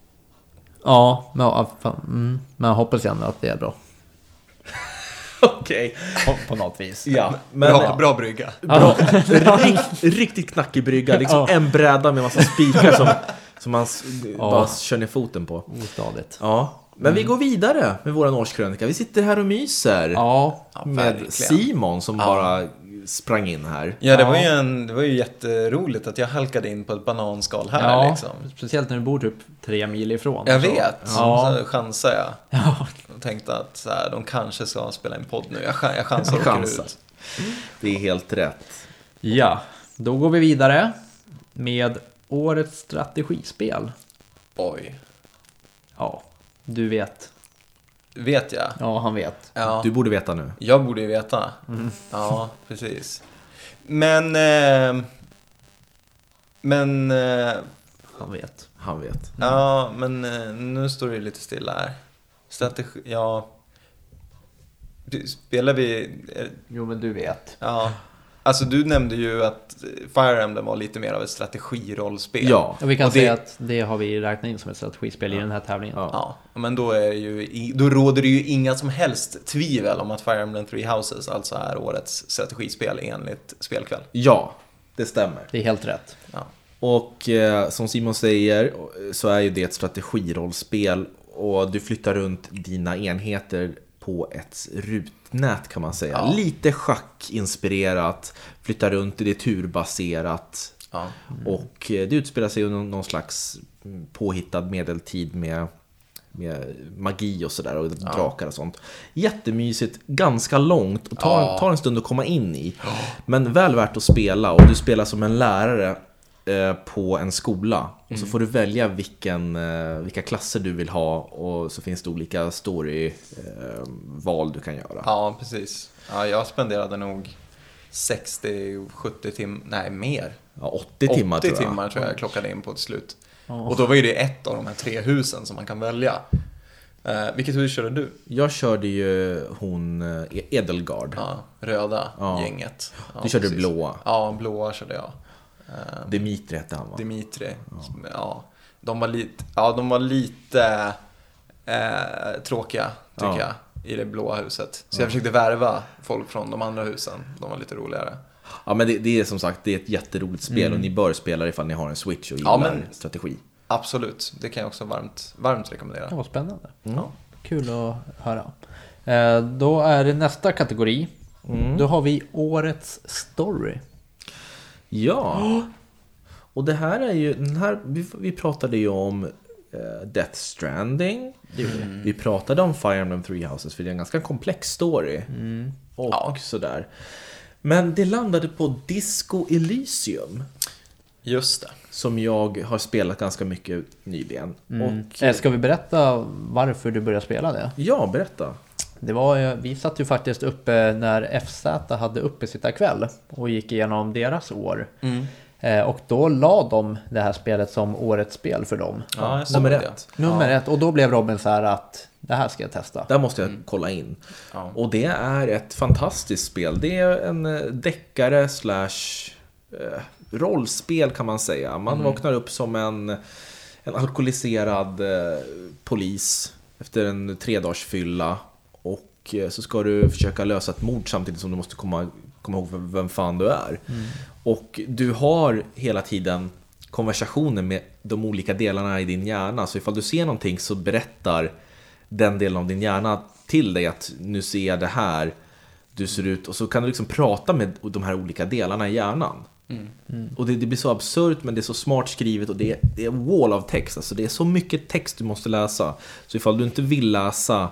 S2: Ja, men, ja, fan, mm, men jag hoppas ändå att det är bra.
S1: Okej.
S2: På, på något vis.
S1: Ja, men...
S3: Bra, bra brygga.
S1: Rikt, riktigt knackig brygga, liksom en bräda med massa spikar som, som man s- bara kör ner foten på.
S2: Ostadigt.
S1: Ja, men
S3: Mm.
S1: vi går vidare med våran årskrönika. Vi sitter här och myser
S2: Ja,
S1: med
S3: verkligen.
S1: Simon som bara sprang in här.
S3: Ja, det var, ju en, det var ju jätteroligt att jag halkade in på ett bananskal här
S2: ja
S3: liksom.
S2: speciellt när du bor typ tre mil ifrån.
S3: Jag
S2: Så-
S3: vet,
S2: Ja.
S3: så chansade jag.
S2: Ja,
S3: Jag tänkte att så här, de kanske ska spela en podd nu. Jag, chan- jag chansar och åker
S1: Chansar.
S3: ut.
S1: Det är helt rätt.
S2: Ja, då går vi vidare med årets strategispel.
S3: Oj,
S2: Ja, du vet.
S3: vet jag.
S2: Ja, han vet.
S3: Ja.
S1: Du borde veta nu.
S3: Jag borde ju veta. Ja, precis. Men... Eh, men... Eh,
S2: Han vet.
S1: Han vet.
S3: Ja, men eh, nu står det ju lite stilla här. Strategi... Ja. Du, spelar vi... eh,
S2: Jo, men du vet.
S3: Ja. Alltså du nämnde ju att Fire Emblem var lite mer av ett strategirollspel.
S1: Ja.
S2: Och vi kan
S3: Och det-
S2: säga att det har vi räknat in som ett strategispel i den här tävlingen.
S1: Ja.
S3: Ja, men då, är ju, i- då råder det ju inga som helst tvivel om att Fire Emblem Three Houses alltså är årets strategispel enligt Spelkväll.
S1: Ja, det stämmer.
S2: Det är helt rätt.
S3: Ja.
S1: Och eh, som Simon säger så är ju det ett strategirollspel och du flyttar runt dina enheter på ett rutnät kan man säga.
S3: Ja.
S1: Lite schackinspirerat, flyttar runt, det är turbaserat
S3: Ja.
S1: och eh, det utspelar sig under någon slags mm, påhittad medeltid med, med magi och sådär och drakar och sånt. Jättemysigt, ganska långt och tar,
S3: Ja.
S1: tar en stund att komma in i. Men väl värt att spela och du spelar som en lärare eh, på en skola. Och så
S3: Mm.
S1: får du välja vilken, eh, vilka klasser du vill ha och så finns det olika story-val du kan göra.
S3: Ja, precis. Ja, jag spenderade nog 60-70 timmar, nej mer.
S1: Ja, 80 timmar
S3: 80
S1: tror jag.
S3: timmar tror jag jag klockade in på till slut. Och då var ju det ett av de här tre husen som man kan välja. Eh, vilket hus körde du?
S1: Jag körde ju hon eh, Edelgard.
S3: Ja, röda
S1: Ja.
S3: gänget. Ja,
S1: Du körde blåa.
S3: Ja, blåa körde jag. Eh,
S1: Dimitri hette han va?
S3: Dimitri. som- Ja. De var lite, ja, de var lite eh, tråkiga, tycker
S1: Ja.
S3: jag, i det blåa huset. Så jag försökte värva folk från de andra husen. De var lite roligare.
S1: Ja men det, det är som sagt, det är ett jätteroligt spel och ni bör spela det ifall ni har en switch och gillar
S3: Mm. Ja, men-
S1: strategi.
S3: Absolut, det kan jag också varmt, varmt rekommendera.
S2: Det var spännande.
S1: Ja.
S2: Kul att höra. Eh, Då är det nästa kategori. Då har vi årets story.
S1: Ja. Och det här är ju, den här, vi, vi pratade ju om eh, Death Stranding. Vi pratade om Fire Emblem Three Houses för det är en ganska komplex story. Och sådär. Men det landade på Disco Elysium.
S3: Just det.
S1: Som jag har spelat ganska mycket nyligen. Och
S2: Eh, Ska vi berätta varför du började spela det?
S1: ja, berätta.
S2: Det var, ju- vi satt ju faktiskt uppe när FZ hade uppe sitta kväll och gick igenom deras år.
S3: Mm.
S2: Eh, Och då la de det här spelet som årets spel för dem.
S3: Ja, jag såg
S1: Nummer
S3: det.
S1: ett.
S2: Nummer ett. Och då blev Robin så här att det här ska jag testa.
S1: Där måste jag kolla in.
S3: Ja.
S1: Och det är ett fantastiskt spel. Det är en eh, deckare slash eh, rollspel kan man säga. Man vaknar upp som en, en alkoholiserad eh, polis efter en tredagsfylla. Och eh, så ska du försöka lösa ett mord samtidigt som du måste komma, komma ihåg vem- vem fan du är. Och du har hela tiden konversationer med de olika delarna i din hjärna. Så ifall du ser någonting så berättar den delen av din hjärna till dig att nu ser jag det här, du ser ut och så kan du liksom prata med de här olika delarna i hjärnan. Och det, det blir så absurt men det är så smart skrivet och det är, det är en wall av text. Alltså det är så mycket text du måste läsa. Så ifall du inte vill läsa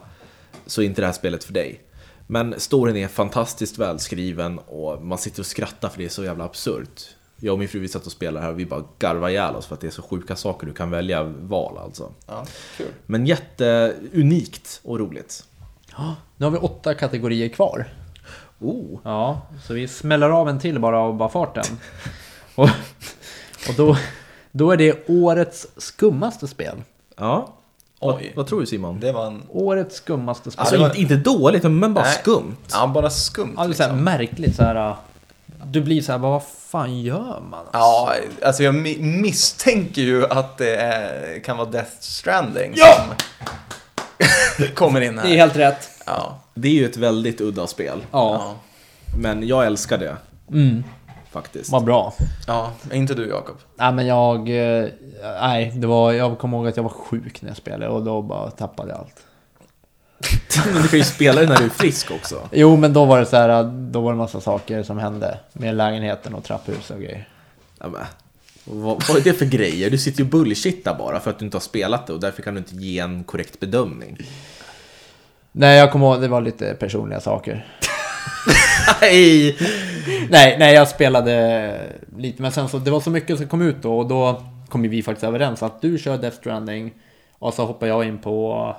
S1: så är inte det här spelet för dig. Men storyn är fantastiskt välskriven och man sitter och skrattar för det är så jävla absurt. Jag och min fru vi satt och spelade här och vi bara garvade ihjäl oss för att det är så sjuka saker du kan välja val alltså.
S3: Ja, kul.
S1: Men jätteunikt och roligt.
S2: Nu har vi åtta kategorier kvar.
S1: Oh.
S2: Ja, så vi smäller av en till bara av bara farten. Och, och då, då är det årets skummaste spel.
S1: Ja. Vad,
S3: Oj.
S1: vad tror du Simon?
S3: Det var en...
S2: Årets skummaste spel.
S1: Alltså
S3: det var-
S1: inte, inte dåligt men bara
S3: Nej.
S1: skumt.
S3: Ja, bara skumt
S2: Alltså, så här,
S3: liksom.
S2: märkligt så här. äh, Du blir så här, bara, vad fan gör man?
S3: Ja, alltså jag mi- misstänker ju att det är, kan vara Death Stranding ja! som kommer in
S2: Det är
S3: här.
S2: helt rätt.
S3: Ja,
S1: Det är ju ett väldigt udda spel.
S2: Ja,
S3: ja.
S1: Men jag älskar det
S2: mm,
S1: faktiskt.
S2: vad bra.
S3: ja. inte du Jakob.
S2: Nej men jag, eh, nej det var, jag kommer ihåg att jag var sjuk när jag spelade och då bara tappade jag allt.
S1: Men du kan ju spela det när du är frisk också.
S2: Jo men då var det så här, äh, då var det massa saker som hände med lägenheten och trapphus och grejer.
S1: Ja, men. Vad, vad är det för grejer? Du sitter ju och bullshittar bara för att du inte har spelat det och därför kan du inte ge en korrekt bedömning.
S2: Nej, jag kommer ihåg, det var lite personliga saker.
S1: Nej!
S2: Nej, nej, jag spelade lite, men sen så, det var så mycket som kom ut då och då kom ju vi faktiskt överens att du kör Death Stranding och så hoppar jag in på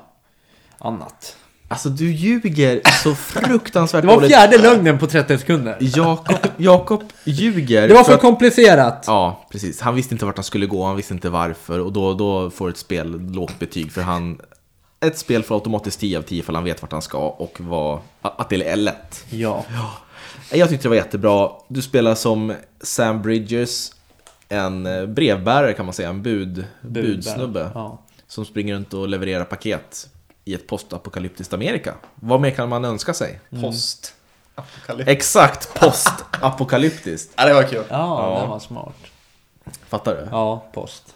S2: annat.
S1: Alltså du ljuger så fruktansvärt
S2: Det var
S1: dåligt.
S2: fjärde lögnen på 30 sekunder.
S1: Jakob, Jakob ljuger.
S2: Det var
S1: att-
S2: för komplicerat.
S1: Ja, precis. Han visste inte vart han skulle gå, han visste inte varför och då, då får ett spel lågt betyg för han... Ett spel får automatiskt 10 av 10 för han vet vart han ska och vad, att det är lätt.
S2: Ja,
S1: Jag tyckte det var jättebra. Du spelar som Sam Bridges, en eh, brevbärare kan man säga, en bud, budsnubbe.
S2: Ja.
S1: Som springer runt och levererar paket i ett postapokalyptiskt Amerika. Vad mer kan man önska sig?
S3: Post. Apokalyps.
S1: Exakt postapokalyptiskt.
S3: Ja, det var kul.
S2: ja,
S1: Ja.
S2: den var smart.
S1: Fattar du?
S2: Ja, post.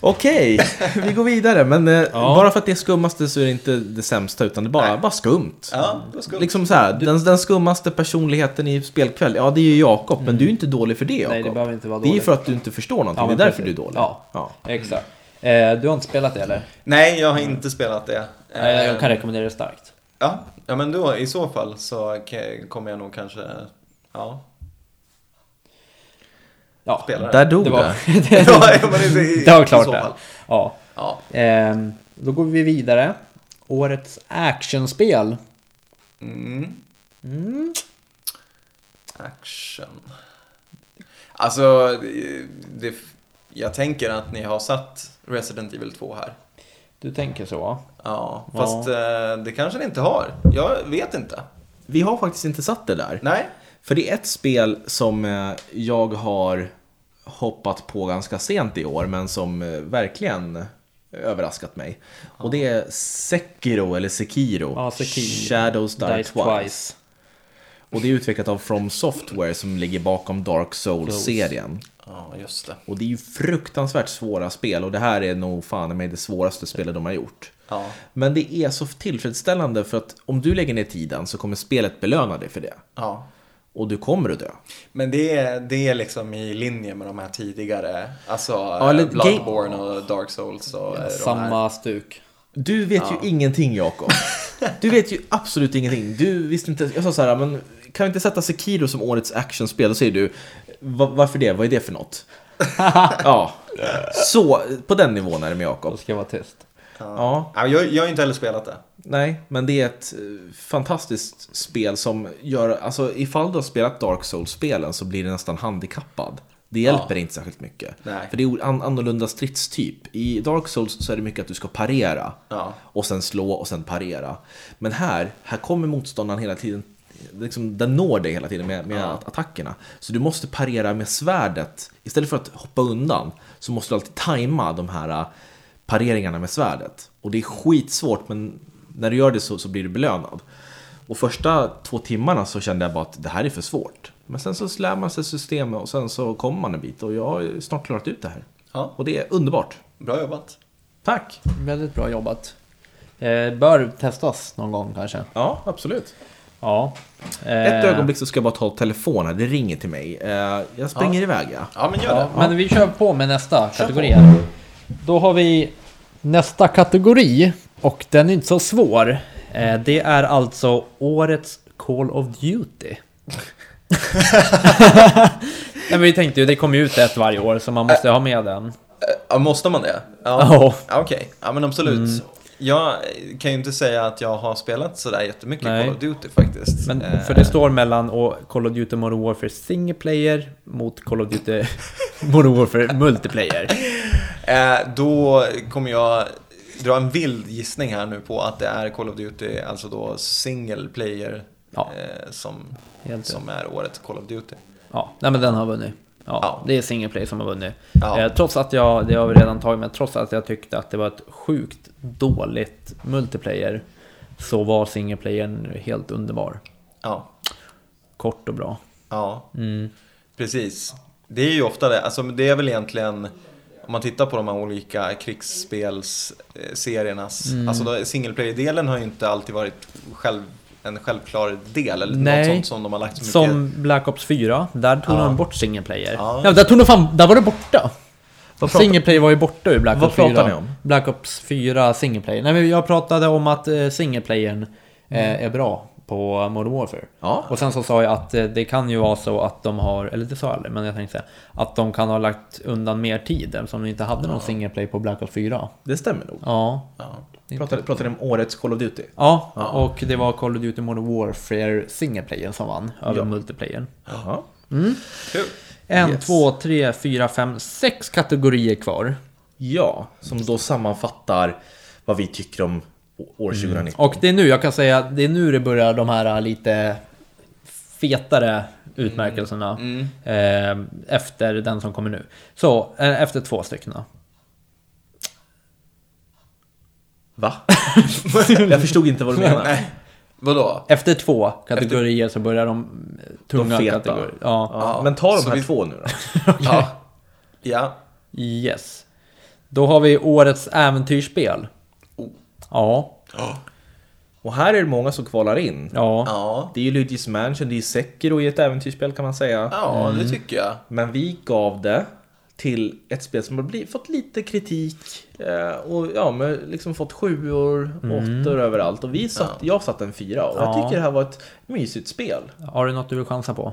S1: Okej, vi går vidare. Men eh, bara för att det är skummaste så är det inte det sämsta, utan det är bara, bara skumt.
S3: Ja, det var skumt.
S1: Liksom så här, den, den skummaste personligheten i spelkväll, ja det är ju Jakob, men du är ju inte dålig för det Jakob.
S2: Mm. Nej, det behöver inte vara
S1: Det är ju
S2: dåligt.
S1: för att du inte förstår någonting,
S2: Ja, men
S1: det är därför
S2: precis.
S1: du är dålig.
S2: Ja. Exakt. Eh, du har inte spelat det eller?
S3: Nej, jag har inte spelat det.
S2: Eh, jag kan
S3: Eh,
S2: rekommendera det starkt.
S3: Ja, ja men då i så fall så k- kommer jag nog kanske... Ja,
S2: Ja,
S3: spela det.
S1: Där dog
S2: det
S1: det.
S2: var...
S3: ja, ja, men i, i,
S2: Det var
S3: i
S2: klart
S3: så
S2: det.
S3: fall.
S2: Ja.
S3: Ja.
S2: Ehm, då går vi vidare. Årets actionspel.
S3: Mm. Action. Alltså, eh, det, jag tänker att ni har satt Resident Evil 2 här.
S2: Du tänker så?
S3: Ja,
S2: Ja.
S3: fast eh, det kanske ni inte har. Jag vet inte.
S1: Vi har faktiskt inte satt det där.
S3: Nej.
S1: För det är ett spel som eh, jag har hoppat på ganska sent i år, men som eh, verkligen överraskat mig. Och det är Sekiro, eller Sekiro,
S2: Ja, Sekiro.
S1: Shadows Die,
S2: Dice
S1: Twice. Och det är utvecklat av From Software som ligger bakom Dark Souls-serien.
S3: Ja, just det.
S1: Och det är ju fruktansvärt svåra spel och det här är nog fan i mig det svåraste spelet de har gjort.
S3: Ja.
S1: Men det är så tillfredsställande för att om du lägger ner tiden så kommer spelet belöna dig för det.
S3: ja.
S1: Och du kommer att dö.
S3: Men det är, det är liksom i linje med de här tidigare, alltså
S1: Ja, eller-
S3: eh, Bloodborne och Dark Souls och eh, de här.
S2: Samma stuk.
S1: Du vet ju ingenting Jakob. Du vet ju absolut ingenting. Du visste inte, jag sa så här, men kan vi inte sätta Sekiro som årets actionspel? Då säger du, "Va- varför det? Vad är det för något? ja, så på den nivån är det med
S2: Då
S1: Jakob.
S2: ska jag vara tyst.
S1: Ja,
S3: Ja, jag, jag har inte heller spelat det.
S1: nej, men det är ett eh, fantastiskt spel som gör, alltså ifall du har spelat Dark Souls-spelen så blir du nästan handikappad. Det hjälper inte särskilt mycket.
S3: Nej.
S1: För det är an- annorlunda stridstyp. I Dark Souls så är det mycket att du ska parera.
S3: Ja.
S1: och sen slå och sen parera. Men här, här kommer motståndaren hela tiden, liksom, den når dig hela tiden med, med att- attackerna. Så du måste parera med svärdet. Istället för att hoppa undan så måste du alltid tajma de här äh, pareringarna med svärdet. Och det är skitsvårt men när du gör det så, så blir du belönad. Och första två timmarna så kände jag bara att det här är för svårt. Men sen så lär man sig systemet och sen så kommer man en bit och jag har ju snart klarat ut det här.
S3: Ja,
S1: Och det är underbart.
S3: bra jobbat.
S1: Tack!
S2: Väldigt bra jobbat. Eh, bör testas någon gång kanske.
S1: Ja, absolut.
S2: Ja.
S1: Ett
S2: Eh,
S1: ögonblick så ska jag bara ta telefonen, här. det ringer till mig. Eh, Jag springer iväg ja.
S3: Ja, men gör
S2: Ja,
S3: det.
S2: men vi kör på med nästa kategori. här. Då har vi nästa kategori och den är inte så svår. Eh, Det är alltså årets Call of Duty. Nej, men vi tänkte ju, det kommer ju ut ett varje år så man måste ha med den.
S3: Ja, måste man det?
S2: Ja. Mm.
S3: Ja, Okej, ja men absolut. Jag kan ju inte säga att jag har spelat sådär jättemycket
S2: Nej.
S3: Call of Duty faktiskt.
S2: Men,
S3: Eh,
S2: för det står mellan å- Call of Duty Modern Warfare Single Player mot Call of Duty Modern Warfare Multiplayer.
S3: eh, då kommer jag dra en vild gissning här nu på att det är Call of Duty, alltså då single player,
S2: Ja.
S3: eh, som,
S2: Helt
S3: som är årets Call of Duty.
S2: Ja, nej men den har vunnit. Ja,
S3: Ja.
S2: Det är Singleplay som har vunnit.
S3: Ja.
S2: Eh, trots att jag, det har vi redan tagit med, trots att jag tyckte att det var ett sjukt dåligt multiplayer så var Singleplayern helt underbar.
S3: Ja,
S2: Kort och bra.
S3: ja.
S2: Mm.
S3: Precis. Det är ju ofta det. Alltså, det är väl egentligen, om man tittar på de här olika krigsspelsseriernas,
S2: Mm.
S3: alltså då- single player-delen har ju inte alltid varit själv, en självklar del, eller
S2: Nej.
S3: något sånt som de har lagt så mycket...
S2: Som Black Ops 4, där tog
S3: Ja.
S2: de bort Singleplayer.
S3: Ja.
S2: Ja. där tog de fan, där var det borta!
S1: Vad pratar-
S2: Singleplayer var ju borta ur Black
S1: Vad
S2: Ops 4.
S1: pratar ni om?
S2: Black Ops 4 Singleplayer. Nej men jag pratade om att eh, Singleplayern eh, är bra på Modern Warfare.
S1: Mm. Ja.
S2: Och sen så sa jag att eh, det kan ju vara så att de har, eller det sa jag aldrig, men jag tänkte säga att de kan ha lagt undan mer tid eftersom de inte hade någon singleplay på Black Ops 4.
S1: Det stämmer nog.
S2: Ja.
S3: Ja.
S1: Pratar, pratar ni om årets Call of Duty?
S2: Ja, och det var Call of Duty Modern Warfare singleplayer som vann över multiplayern.
S1: Ja.
S2: En,
S1: Yes.
S2: två, tre, fyra, fem, sex kategorier kvar.
S1: ja, som då sammanfattar vad vi tycker om å- år 2019.
S2: Och det är nu jag kan säga, det är nu det börjar de här lite fetare utmärkelserna
S1: Mm.
S2: Eh, efter den som kommer nu. Så, eh, efter två stycken. då.
S1: Va? jag förstod inte vad du menar.
S3: Nej. Vadå?
S2: Efter två kategorier så börjar de eh, tunga
S1: feta.
S2: kategorier. Ja.
S1: Ja, men ta de
S3: Så
S1: här
S3: vi-
S1: två nu då.
S3: Ja. ja.
S2: Yes. Då har vi årets äventyrsspel.
S1: Oh.
S2: Ja,
S1: Och här är det många som kvalar in.
S2: ja.
S3: Ja.
S1: Det är ju Luigi's Mansion, det är ju Sekiro i ett äventyrsspel kan man säga.
S3: Ja, det
S2: Mm.
S3: tycker jag.
S1: Men vi gav det till ett spel som har bli- fått lite kritik eh, och ja, men liksom fått sjuor och åttor överallt. Och vi satt, jag satt en fyra och jag
S2: Mm. Ja.
S1: tycker det här var ett mysigt spel.
S2: Har du något du vill chansa på?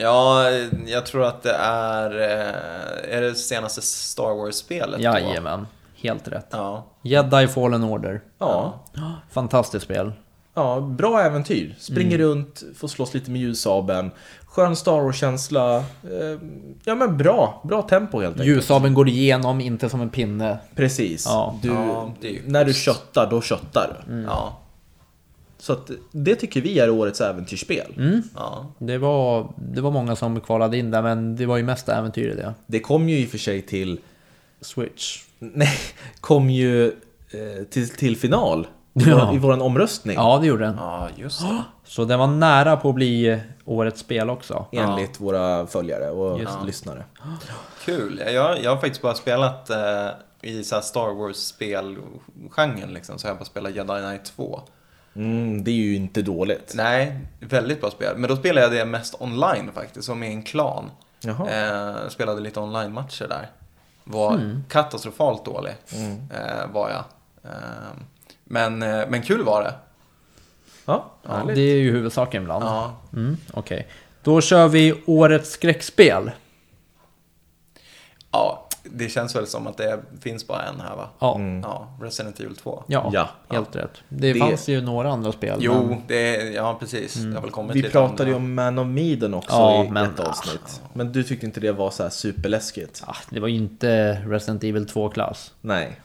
S3: Ja, jag tror att det är... eh, Är det senaste Star Wars-spelet då?
S2: Jajamän, helt rätt.
S3: Ja.
S2: Jedi Fallen Order.
S1: Ja,
S2: Fantastiskt spel.
S1: ja bra äventyr. Springer
S2: Mm.
S1: runt, får slåss lite med ljussabeln. Skön Star Wars-känsla. Eh, ja men bra, bra tempo helt enkelt.
S2: Ljusabeln går igenom, inte som en pinne.
S1: Precis.
S2: Ja. Mm.
S1: Du,
S3: Ja, det är ju
S1: när du
S3: schysst.
S1: köttar, då köttar du.
S3: Ja.
S1: Så att, det tycker vi är årets äventyrsspel.
S3: Ja.
S2: Det var, det var många som kvalade in där, men det var ju mest äventyr i det.
S1: Det kom ju i och för sig till
S2: Switch.
S1: Nej, kom ju eh, till, till final i
S2: Ja.
S1: vår- i våran omröstning.
S2: Ja, det gjorde den.
S3: Ja, just det.
S2: Så den var nära på att bli årets spel också.
S1: Enligt våra följare och
S2: Just det.
S1: lyssnare.
S3: Kul. Jag, jag har faktiskt bara spelat eh, i så här Star Wars-spelgenren liksom, så har jag bara spelat Jedi Knight 2.
S1: Mm, det är ju inte dåligt.
S3: Nej, väldigt bra spel. Men då spelade jag det mest online faktiskt, som i en klan.
S1: Jaha.
S3: Eh, spelade lite online-matcher där. Var
S1: Mm.
S3: katastrofalt dålig, eh, var jag. Eh, men, eh, men kul var det.
S1: Ja,
S3: Ja,
S1: härligt.
S2: Det är ju huvudsaken ibland.
S3: Ja.
S2: Mm, Okej. Då kör vi årets skräckspel.
S3: ja, det känns väl som att det finns bara en här va?
S2: Ja,
S3: Ja, Resident Evil 2.
S2: Mm. ja,
S1: Ja.
S2: helt rätt. Det,
S1: Det-
S2: fanns ju några andra spel. men-
S3: Jo, det är, ja precis. Det har väl kommit
S1: Mm. Vi
S3: lite
S1: pratade
S3: andra.
S1: ju om Man of Medan också
S2: Ja,
S1: i
S2: men-
S1: ett avsnitt. Men du tyckte inte det var så här superläskigt?
S2: Ah, det var ju inte Resident Evil 2-klass.
S1: Nej.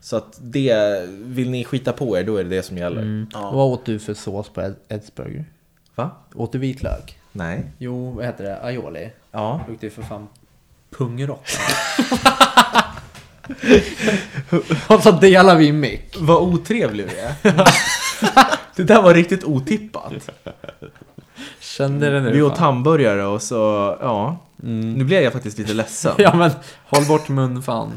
S1: Så att det, vill ni skita på er då är det det som gäller.
S2: Mm. Vad åt du för sås på Ed- Edsburger?
S1: Va?
S2: Åt du vitlök?
S1: Nej.
S2: Jo, vad heter det? Aioli?
S1: Ja.
S2: Luktar ju för fan pungrått. Och så delar vi mick.
S1: Vad otrevlig du är. det där var riktigt otippat.
S2: Kände det nu.
S1: Vi åt
S2: fan.
S1: hamburgare och så, ja.
S2: Mm.
S1: Nu blev jag faktiskt lite ledsen.
S2: Ja men håll bort mun fan.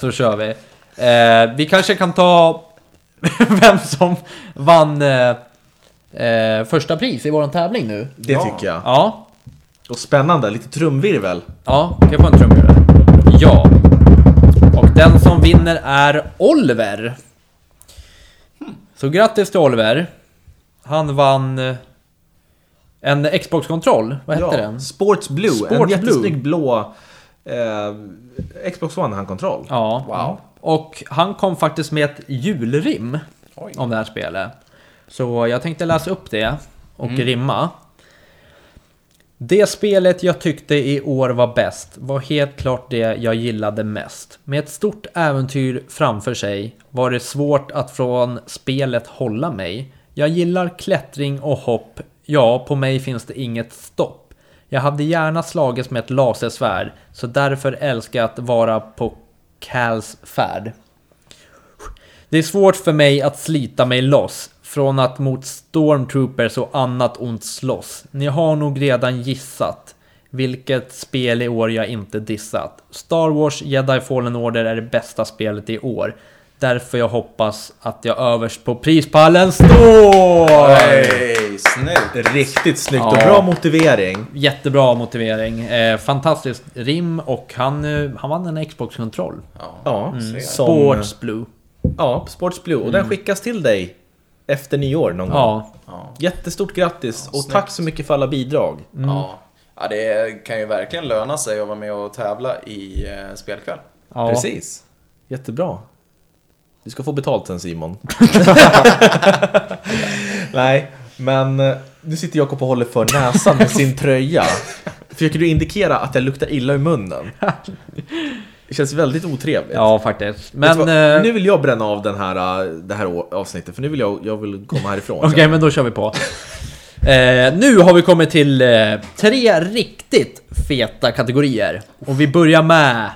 S2: Så kör vi. Eh, vi kanske kan ta vem som vann eh, eh, första pris i våran tävling nu.
S1: Det
S3: Ja.
S1: tycker jag.
S2: Ja,
S1: Och spännande, lite trumvirvel.
S2: ja, kan jag få en trumvirvel? Ja. Och den som vinner är Oliver. Så grattis till Oliver. Han vann eh, en Xbox-kontroll. Vad hette den?
S1: Sports Blue, en
S2: Sports
S1: jättesnygg blå eh, Xbox One-handkontroll.
S2: Ja.
S3: Wow.
S2: Och han kom faktiskt med ett julrim
S3: Oj.
S2: om det här spelet. Så jag tänkte läsa upp det och
S3: Mm.
S2: rimma. Det spelet jag tyckte i år var bäst var helt klart det jag gillade mest. Med ett stort äventyr framför sig var det svårt att från spelet hålla mig. Jag gillar klättring och hopp. Ja, på mig finns det inget stopp. Jag hade gärna slagits med ett lasersvärd, så därför älskar jag att vara på Cals färd. Det är svårt för mig att slita mig loss från att mot stormtroopers och annat ont slåss. Ni har nog redan gissat vilket spel i år jag inte dissat. Star Wars Jedi Fallen Order är det bästa spelet i år. Därför jag hoppas att jag överst på prispallen står!
S3: Hej, snyggt!
S1: Riktigt snyggt och
S2: Ja.
S1: bra motivering.
S2: Jättebra motivering. Eh, fantastiskt rim och han, eh, han vann en Xbox-kontroll.
S1: Ja, som,
S2: Mm. Sports Blue. Mm.
S1: ja Sports Blue. Och den skickas till dig efter nyår någon gång.
S2: Ja,
S1: Jättestort grattis och tack så mycket för alla bidrag.
S3: Ja. ja, det kan ju verkligen löna sig att vara med och tävla i eh, spelkväll.
S2: ja.
S1: Precis. Jättebra. Du ska få betalt sen Simon. Nej, men eh, nu sitter Jakob och håller för näsan med sin tröja. Försöker du indikera att jag luktar illa i munnen? Det känns väldigt otrevligt.
S2: ja
S1: Vet
S2: faktiskt. Men...
S1: du vad?
S2: eh,
S1: nu vill jag bränna av den här, eh, det här å- avsnittet, för nu vill jag, jag vill komma härifrån.
S2: Okej, men då kör vi på. Eh, nu har vi kommit till eh, tre riktigt feta kategorier. Och vi börjar med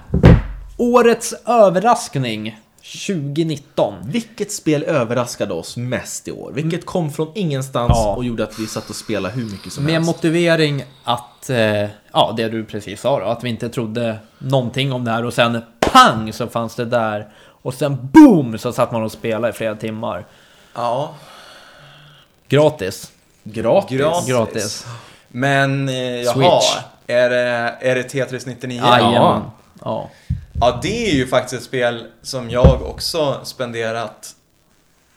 S2: Årets överraskning 2019.
S1: Vilket spel överraskade oss mest i år? Vilket kom från ingenstans
S2: Mm. Ja.
S1: och gjorde att vi satt och spelade hur mycket som
S2: Med
S1: helst?
S2: motivering att, eh, ja det du precis sa då, att vi inte trodde någonting om det här och sen pang så fanns det där. Och sen boom så satt man och spelade i flera timmar.
S3: Ja,
S2: Gratis.
S1: Gratis.
S3: gratis.
S2: Gratis.
S3: Men eh, jaha,
S2: Switch.
S3: är det, är det Tetris 99?
S2: Jajamän. Ja.
S3: Ja, det är ju faktiskt ett spel som jag också spenderat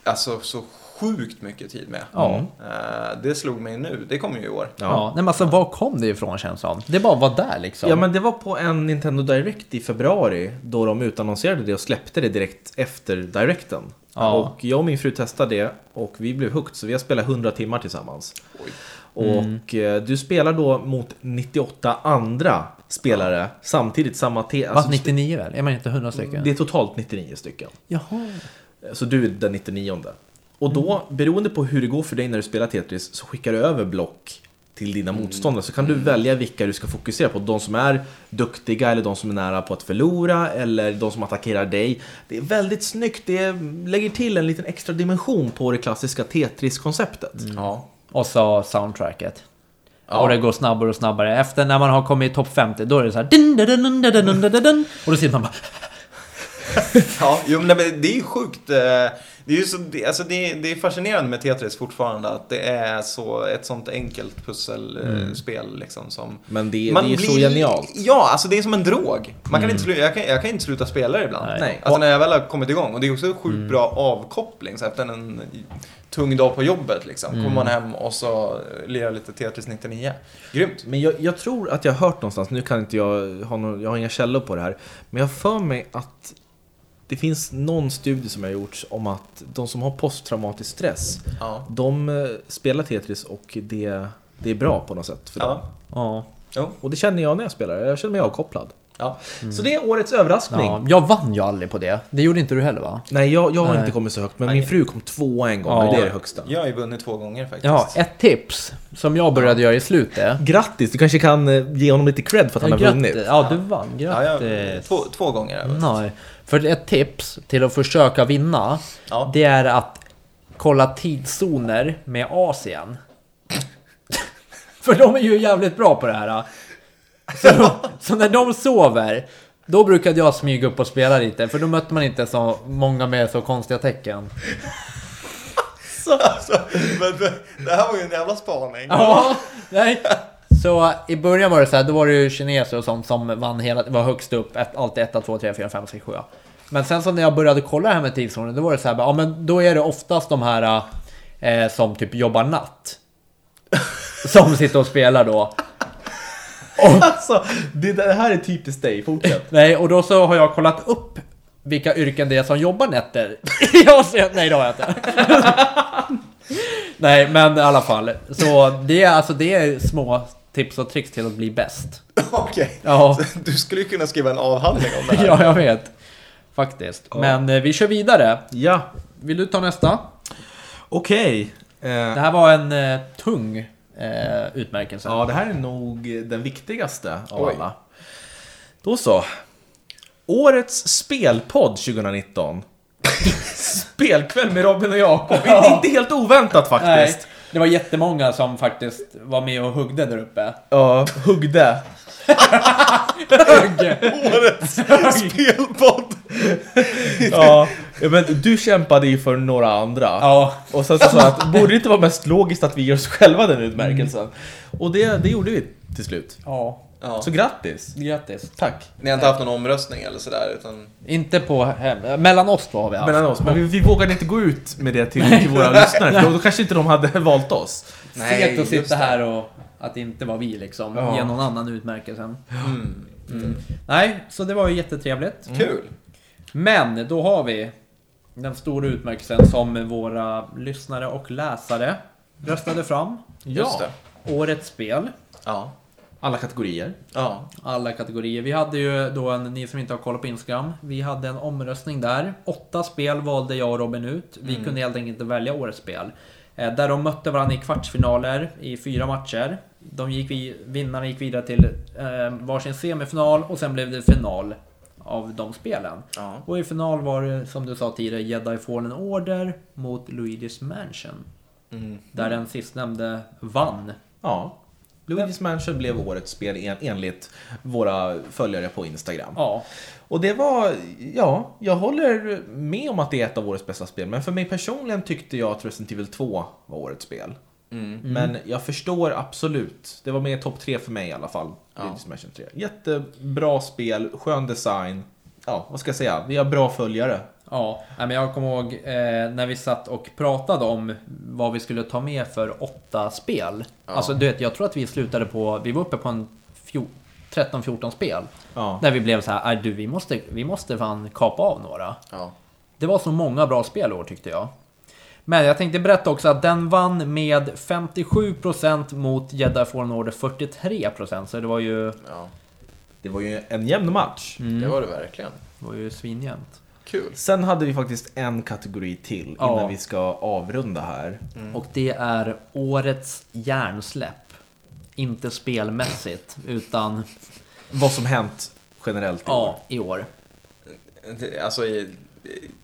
S3: alltså, så sjukt mycket tid med.
S2: Ja.
S3: Eh, det slog mig nu, det kommer ju i år.
S2: Ja. Nej men alltså var kom det ifrån känns det som? Det bara var där liksom.
S1: Ja men det var på en Nintendo Direct i februari då de utannonserade det och släppte det direkt efter Directen.
S2: Ja.
S1: Och jag och min fru testade det och vi blev hooked så vi har spelat 100 timmar tillsammans.
S3: Oj.
S2: Mm.
S1: Och eh, du spelar då mot 98 andra spelare samtidigt samma te... alltså,
S2: Va, 99 väl? Är man inte 100 stycken?
S1: Mm, Det är totalt 99 stycken.
S2: Jaha.
S1: Så du är den 99 Och då, beroende på hur det går för dig när du spelar Tetris, så skickar du över block till dina motståndare. Så kan du välja vilka du ska fokusera på. De som är duktiga eller de som är nära på att förlora eller de som attackerar dig. Det är väldigt snyggt. Det lägger till en liten extra dimension på det klassiska Tetris-konceptet.
S3: Ja.
S2: Och så soundtracket. Och det går snabbare och snabbare. Efter när man har kommit i topp 50, då är det så här... Din, din, din, din, din, din, din, din. Och då sitter man bara...
S3: Ja, jo, men nej, men det är ju sjukt. eh, Det är, ju så, det- alltså det, är- det är fascinerande med Tetris fortfarande att det är så, ett sånt enkelt pusselspel. Liksom, som
S1: Mm. Men det,
S3: man
S1: det är ju så
S3: blir-
S1: genialt. Mm.
S3: Ja, alltså det är som en drog. Man kan inte sluta, jag, kan, jag kan inte sluta spela det ibland.
S1: Nej. Mm.
S3: Alltså när jag väl har kommit igång. Och det är också sjukt bra avkoppling. Så efter en tung dag på jobbet liksom,
S1: Mm.
S3: kommer man hem och så eh, lirar lite Tetris 99. Grymt.
S1: Men jag, jag tror att jag har hört någonstans, nu kan inte jag ha någon, jag har inga källor på det här, men jag har för mig att det finns någon studie som har gjorts om att de som har posttraumatisk stress,
S3: Ja.
S1: de eh, spelar Tetris och det, det är bra på något sätt för dem.
S3: Ja.
S7: Ja.
S3: Jo.
S1: Och det känner jag när jag spelar, jag känner mig avkopplad.
S3: Ja.
S1: Mm. Så det är årets överraskning.
S2: Ja, jag vann ju aldrig på det. Det gjorde inte du heller va?
S1: Nej, jag, jag har
S2: Nej.
S1: inte kommit så högt, men
S3: Nej.
S1: min fru kom tvåa en gång
S2: Ja.
S1: och det är det högsta.
S3: Jag har ju vunnit två gånger faktiskt.
S2: Ja, ett tips som jag började göra i slutet.
S1: Grattis, du kanske kan eh, ge honom lite cred för att han har
S2: Grattis.
S1: vunnit.
S2: Ja, du vann.
S3: Ja, jag,
S2: Grattis.
S3: två, två gånger har jag vunnit.
S2: Nej. För ett tips till att försöka vinna,
S3: Ja.
S2: det är att kolla tidszoner med Asien. För de är ju jävligt bra på det här. Så, så när de sover, då brukade jag smyga upp och spela lite, för då mötte man inte så många med så konstiga tecken.
S3: Alltså, men det, det här var ju en jävla spaning.
S2: Ja, nej. Så i början var det så här, då var det ju kineser och sånt som vann hela, var högst upp, ett, alltid 1, 2, 3, 4, 5, 6, 7. Men sen så när jag började kolla det här med tidszonen, då var det så här, bara, ja men då är det oftast de här eh, som typ jobbar natt. Som sitter och spelar då.
S1: Alltså, det, det här är typiskt dig, fortsätt.
S2: Nej, och då så har jag kollat upp vilka yrken det är som jobbar nätter. jag ser, nej, det har jag inte. nej, men i alla fall. Så det är, alltså, det är små tips och tricks till att bli bäst.
S3: Okej.
S2: Ja.
S3: Du skulle ju kunna skriva en avhandling om det här.
S2: Ja, jag vet. Faktiskt. Men eh, vi kör vidare.
S1: Ja,
S2: Vill du ta nästa?
S1: okej.
S2: Det här var en eh, tung eh, utmärkelse.
S1: Ja, det här är nog den viktigaste av
S3: Oj.
S1: alla. Då så. Årets spelpodd 2019. Spelkväll med Robin och Jakob. Det är Inte helt oväntat
S2: Nej,
S1: faktiskt.
S2: det var jättemånga som faktiskt var med och huggde där uppe.
S1: Ja, huggde.
S2: Hugg!
S3: Årets spelpodd!
S1: Ja, men du kämpade ju för några andra.
S2: Ja,
S1: Och sen så sa jag att borde det inte vara mest logiskt att vi ger oss själva den utmärkelsen? Och det, det gjorde vi till slut.
S2: Mm. ja.
S3: Ja.
S1: Så grattis!
S2: Grattis.
S1: Tack!
S3: Ni har inte haft någon omröstning eller sådär utan...
S2: Inte på hem... Mellan oss två har vi haft.
S1: mellan oss. Men vi, vi vågade inte gå ut med det till, till våra lyssnare, för då, då kanske inte de hade valt oss.
S3: Nej,
S2: Segt att
S3: just
S2: sitta
S3: det.
S2: här och att det inte var vi liksom.
S1: Ja.
S2: Ge någon annan utmärkelsen. Mm. Nej, så det var ju jättetrevligt.
S3: Kul!
S2: Men då har vi den stora utmärkelsen som våra lyssnare och läsare röstade fram.
S3: Just det.
S2: Årets spel,
S3: Ja.
S1: Alla kategorier.
S3: Ja.
S2: alla kategorier. Vi hade ju då en, ni som inte har kollat på Instagram, vi hade en omröstning där. Åtta spel valde jag och Robin ut. Vi
S3: Mm.
S2: kunde helt enkelt inte välja årets spel. Eh, Där de mötte varandra i kvartsfinaler i fyra matcher. De gick vi, vinnarna gick vidare till eh, varsin semifinal och sen blev det final av de spelen.
S3: ja.
S2: Och i final var det, som du sa tidigare, Jedi Fallen Order mot Luigi's Mansion.
S3: Mm.
S2: Där den sistnämnde vann.
S1: Ja. Luigi's Mansion blev årets spel en, enligt våra följare på Instagram.
S2: Ja,
S1: Och det var, ja, jag håller med om att det är ett av årets bästa spel. Men för mig personligen tyckte jag att Resident Evil 2 var årets spel.
S3: Mm.
S1: Men jag förstår absolut. Det var med i topp 3 för mig i alla fall.
S3: Ja.
S1: Luigi's Mansion 3. Jättebra spel, skön design. Ja, vad ska jag säga? Vi har bra följare.
S2: ja. Nej, men jag kommer ihåg eh, när vi satt och pratade om vad vi skulle ta med för åtta spel.
S3: Ja.
S2: Alltså du vet, jag tror att vi slutade på, vi var uppe på en fjo- 13-14 spel.
S1: Ja.
S2: Där vi blev så här, "Aj, du vi måste, vi måste fan kapa av några.
S3: Ja.
S2: Det var så många bra spel i år tyckte jag. Men jag tänkte berätta också att den vann med 57% mot Jedi Fallen Order 43% så det var ju, det
S3: ja.
S1: Det var ju en jämn match.
S3: Det var det verkligen.
S2: var ju svinjämnt.
S3: Kul.
S1: Sen hade vi faktiskt en kategori till innan
S2: Ja.
S1: vi ska avrunda här.
S2: Och det är årets hjärnsläpp. Inte spelmässigt utan
S1: Vad som hänt generellt i år.
S2: ja, i år.
S3: Det- Alltså i...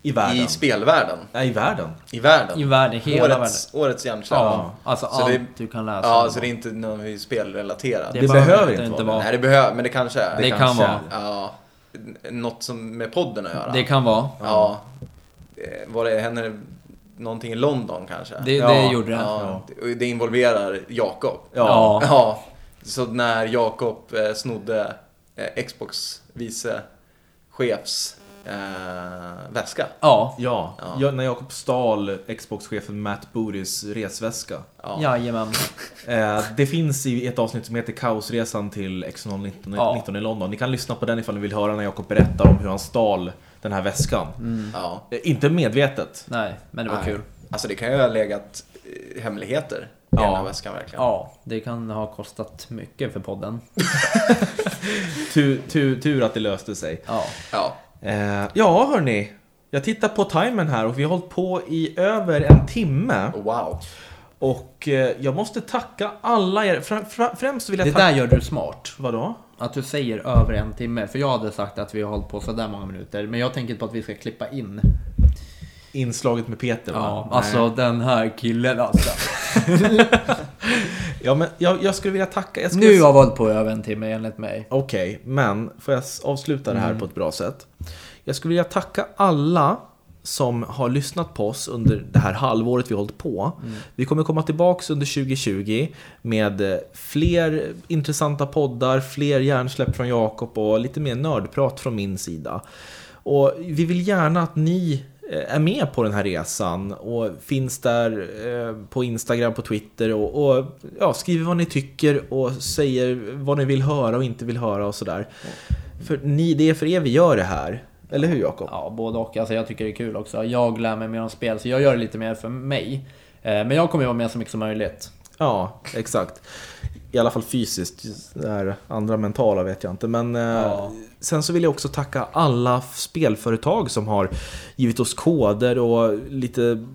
S1: I världen.
S3: I spelvärlden.
S1: Nej, i världen.
S3: I världen.
S2: I världen, hela världen.
S3: årets, årets hjärnsläpp.
S2: Ja, alltså
S3: Så
S2: allt
S3: det-
S2: du kan läsa.
S3: Ja,
S2: om.
S3: så det är inte något spelrelaterat.
S1: Det behöver inte vara
S3: Nej, det behöver, men det kanske är.
S2: Det kan vara.
S3: Ja. något som med podden att göra.
S2: Det kan vara.
S3: Ja. Eh, Var det, händer det någonting i London kanske?
S2: Det- det
S3: ja,
S2: gjorde det.
S3: Ja. Och Det involverar Jakob.
S2: Ja.
S3: ja. Så när Jakob eh, snodde eh, Xbox vice chefs eh, väska.
S2: Ja.
S1: Ja,
S3: Ja.
S1: ja. när Jakob stal Xbox-chefen Matt Bootys resväska.
S3: Ja.
S2: Jajamän.
S1: Eh, det finns i ett avsnitt som heter Kaosresan till X019
S2: Ja.
S1: 19 i London. Ni kan lyssna på den ifall ni vill höra när Jakob berättar om hur han stal den här väskan.
S2: Mm.
S3: Ja.
S1: Eh, inte medvetet.
S2: Nej, men det var
S3: Nej.
S2: kul.
S3: Alltså det kan ju ha legat eh, hemligheter i den
S1: Ja.
S3: här väskan verkligen.
S2: Ja, det kan ha kostat mycket för podden.
S1: Tur, tur, tur att det löste sig.
S2: Ja.
S3: Ja.
S1: Eh, ja, hörni. Jag tittar på timern här och vi har hållit på i över en timme.
S3: Och Wow.
S1: Och eh, jag måste tacka alla er. Fra- fra- främst vill jag
S2: Det
S1: tacka...
S2: där gör du smart.
S1: Vadå?
S2: Att du säger över en timme, för jag hade sagt att vi har hållit på sådär många minuter. Men jag tänker på att vi ska klippa in.
S1: Inslaget med Peter va?
S2: Ja,
S1: Nej.
S2: alltså den här killen alltså.
S1: ja, men jag, jag skulle vilja tacka. Jag skulle...
S2: Nu har vi hållit på över en timme enligt mig.
S1: Okej, men får jag s- avsluta det här på ett bra sätt? Jag skulle vilja tacka alla som har lyssnat på oss under det här halvåret vi har hållit på. Vi kommer komma tillbaks under 2020 med eh, fler intressanta poddar, fler hjärnsläpp från Jakob och lite mer nördprat från min sida. Och vi vill gärna att ni eh, är med på den här resan och finns där eh, på Instagram, på Twitter och, och ja, skriver vad ni tycker och säger vad ni vill höra och inte vill höra och sådär. För ni, det är för er vi gör det här. Eller hur Jakob?
S2: Ja, både och. Alltså jag tycker det är kul också. Jag lär mig mer om spel, så jag gör det lite mer för mig. Eh, Men jag kommer ju vara med så mycket som möjligt.
S1: Ja, exakt. I alla fall fysiskt. Det här andra mentala vet jag inte. Men eh,
S2: Ja.
S1: sen så vill jag också tacka alla f- spelföretag som har givit oss koder och lite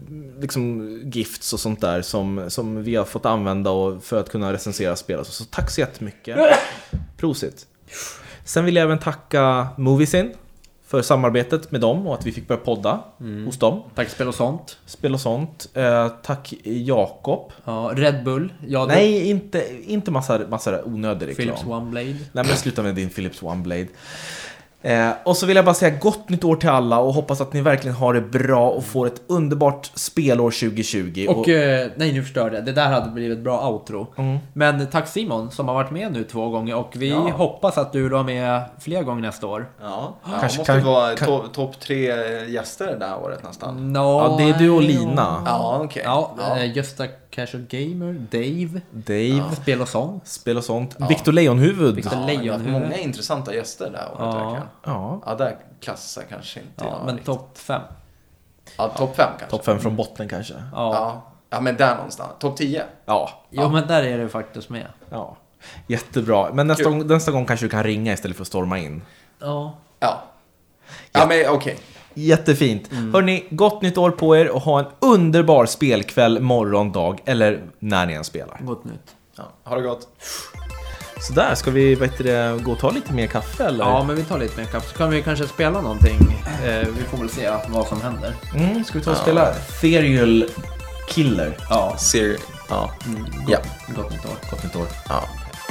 S1: liksom, gifts och sånt där som, som vi har fått använda och, för att kunna recensera spel. och Så, så tack så jättemycket. Prosit. Sen vill jag även tacka Moviesin för samarbetet med dem och att vi fick börja podda hos dem.
S2: Tack spel och sånt.
S1: Spel och sånt. Eh, tack Jakob.
S2: Ja, Red Bull. Jag
S1: Nej, inte, inte massa, massa onödig reklam.
S2: Philips One Blade.
S1: Nej, men sluta med din Philips OneBlade. Eh, och så vill jag bara säga gott nytt år till alla och hoppas att ni verkligen har det bra och får ett underbart spelår 2020.
S2: Och, eh, nej nu förstörde jag. Det där hade blivit ett bra outro.
S1: Mm.
S2: Men tack Simon som har varit med nu två gånger och vi
S3: Ja.
S2: hoppas att du är med fler gånger nästa år.
S3: Ja. ja.
S1: Kanske
S3: måste
S1: kan-
S3: vara
S1: kan-
S3: to- topp tre gäster det här året nästan.
S1: ja, det är du och Lina.
S3: Ja, okej.
S2: Mm. Ja,
S3: Ja.
S2: eh, Gösta Casual Gamer, Dave,
S1: Dave,
S2: Spel och sånt.
S1: spel och sånt. Victor Lejonhuvud.
S2: Victor-
S3: Ja, vi har haft
S2: Lejonhuvud.
S3: många intressanta gäster det här året
S2: Ja.
S3: verkligen.
S1: Ja,
S3: Ja, där klassar kanske inte
S2: Ja,
S3: jag
S2: men
S3: riktigt.
S2: topp fem.
S3: Ja, topp fem kanske.
S1: topp 5 från botten kanske.
S2: Ja. ja.
S3: Ja. ja, men där någonstans. Topp 10.
S1: Ja,
S2: Jo men där är du faktiskt med.
S1: ja. jättebra. Men nästa
S3: Kul.
S1: gång, nästa gång kanske du kan ringa istället för att storma in.
S2: Ja.
S3: Ja. Ja, men okej.
S1: Jättefint. Hörni, gott nytt år på er och ha en underbar spelkväll, morgon, dag eller när ni än spelar.
S2: Gott nytt.
S3: Ja. Ha det gott.
S1: Så där, ska vi vet du, det, gå och ta lite mer kaffe eller?
S2: Ja men vi tar lite mer kaffe så kan vi kanske spela någonting. Eh, vi får väl se vad som händer.
S1: Mm, ska vi ta och spela Ethereal Killer?
S2: Ja,
S3: Ser Ja.
S2: gott nytt år.
S1: Gott nytt år.
S3: ja.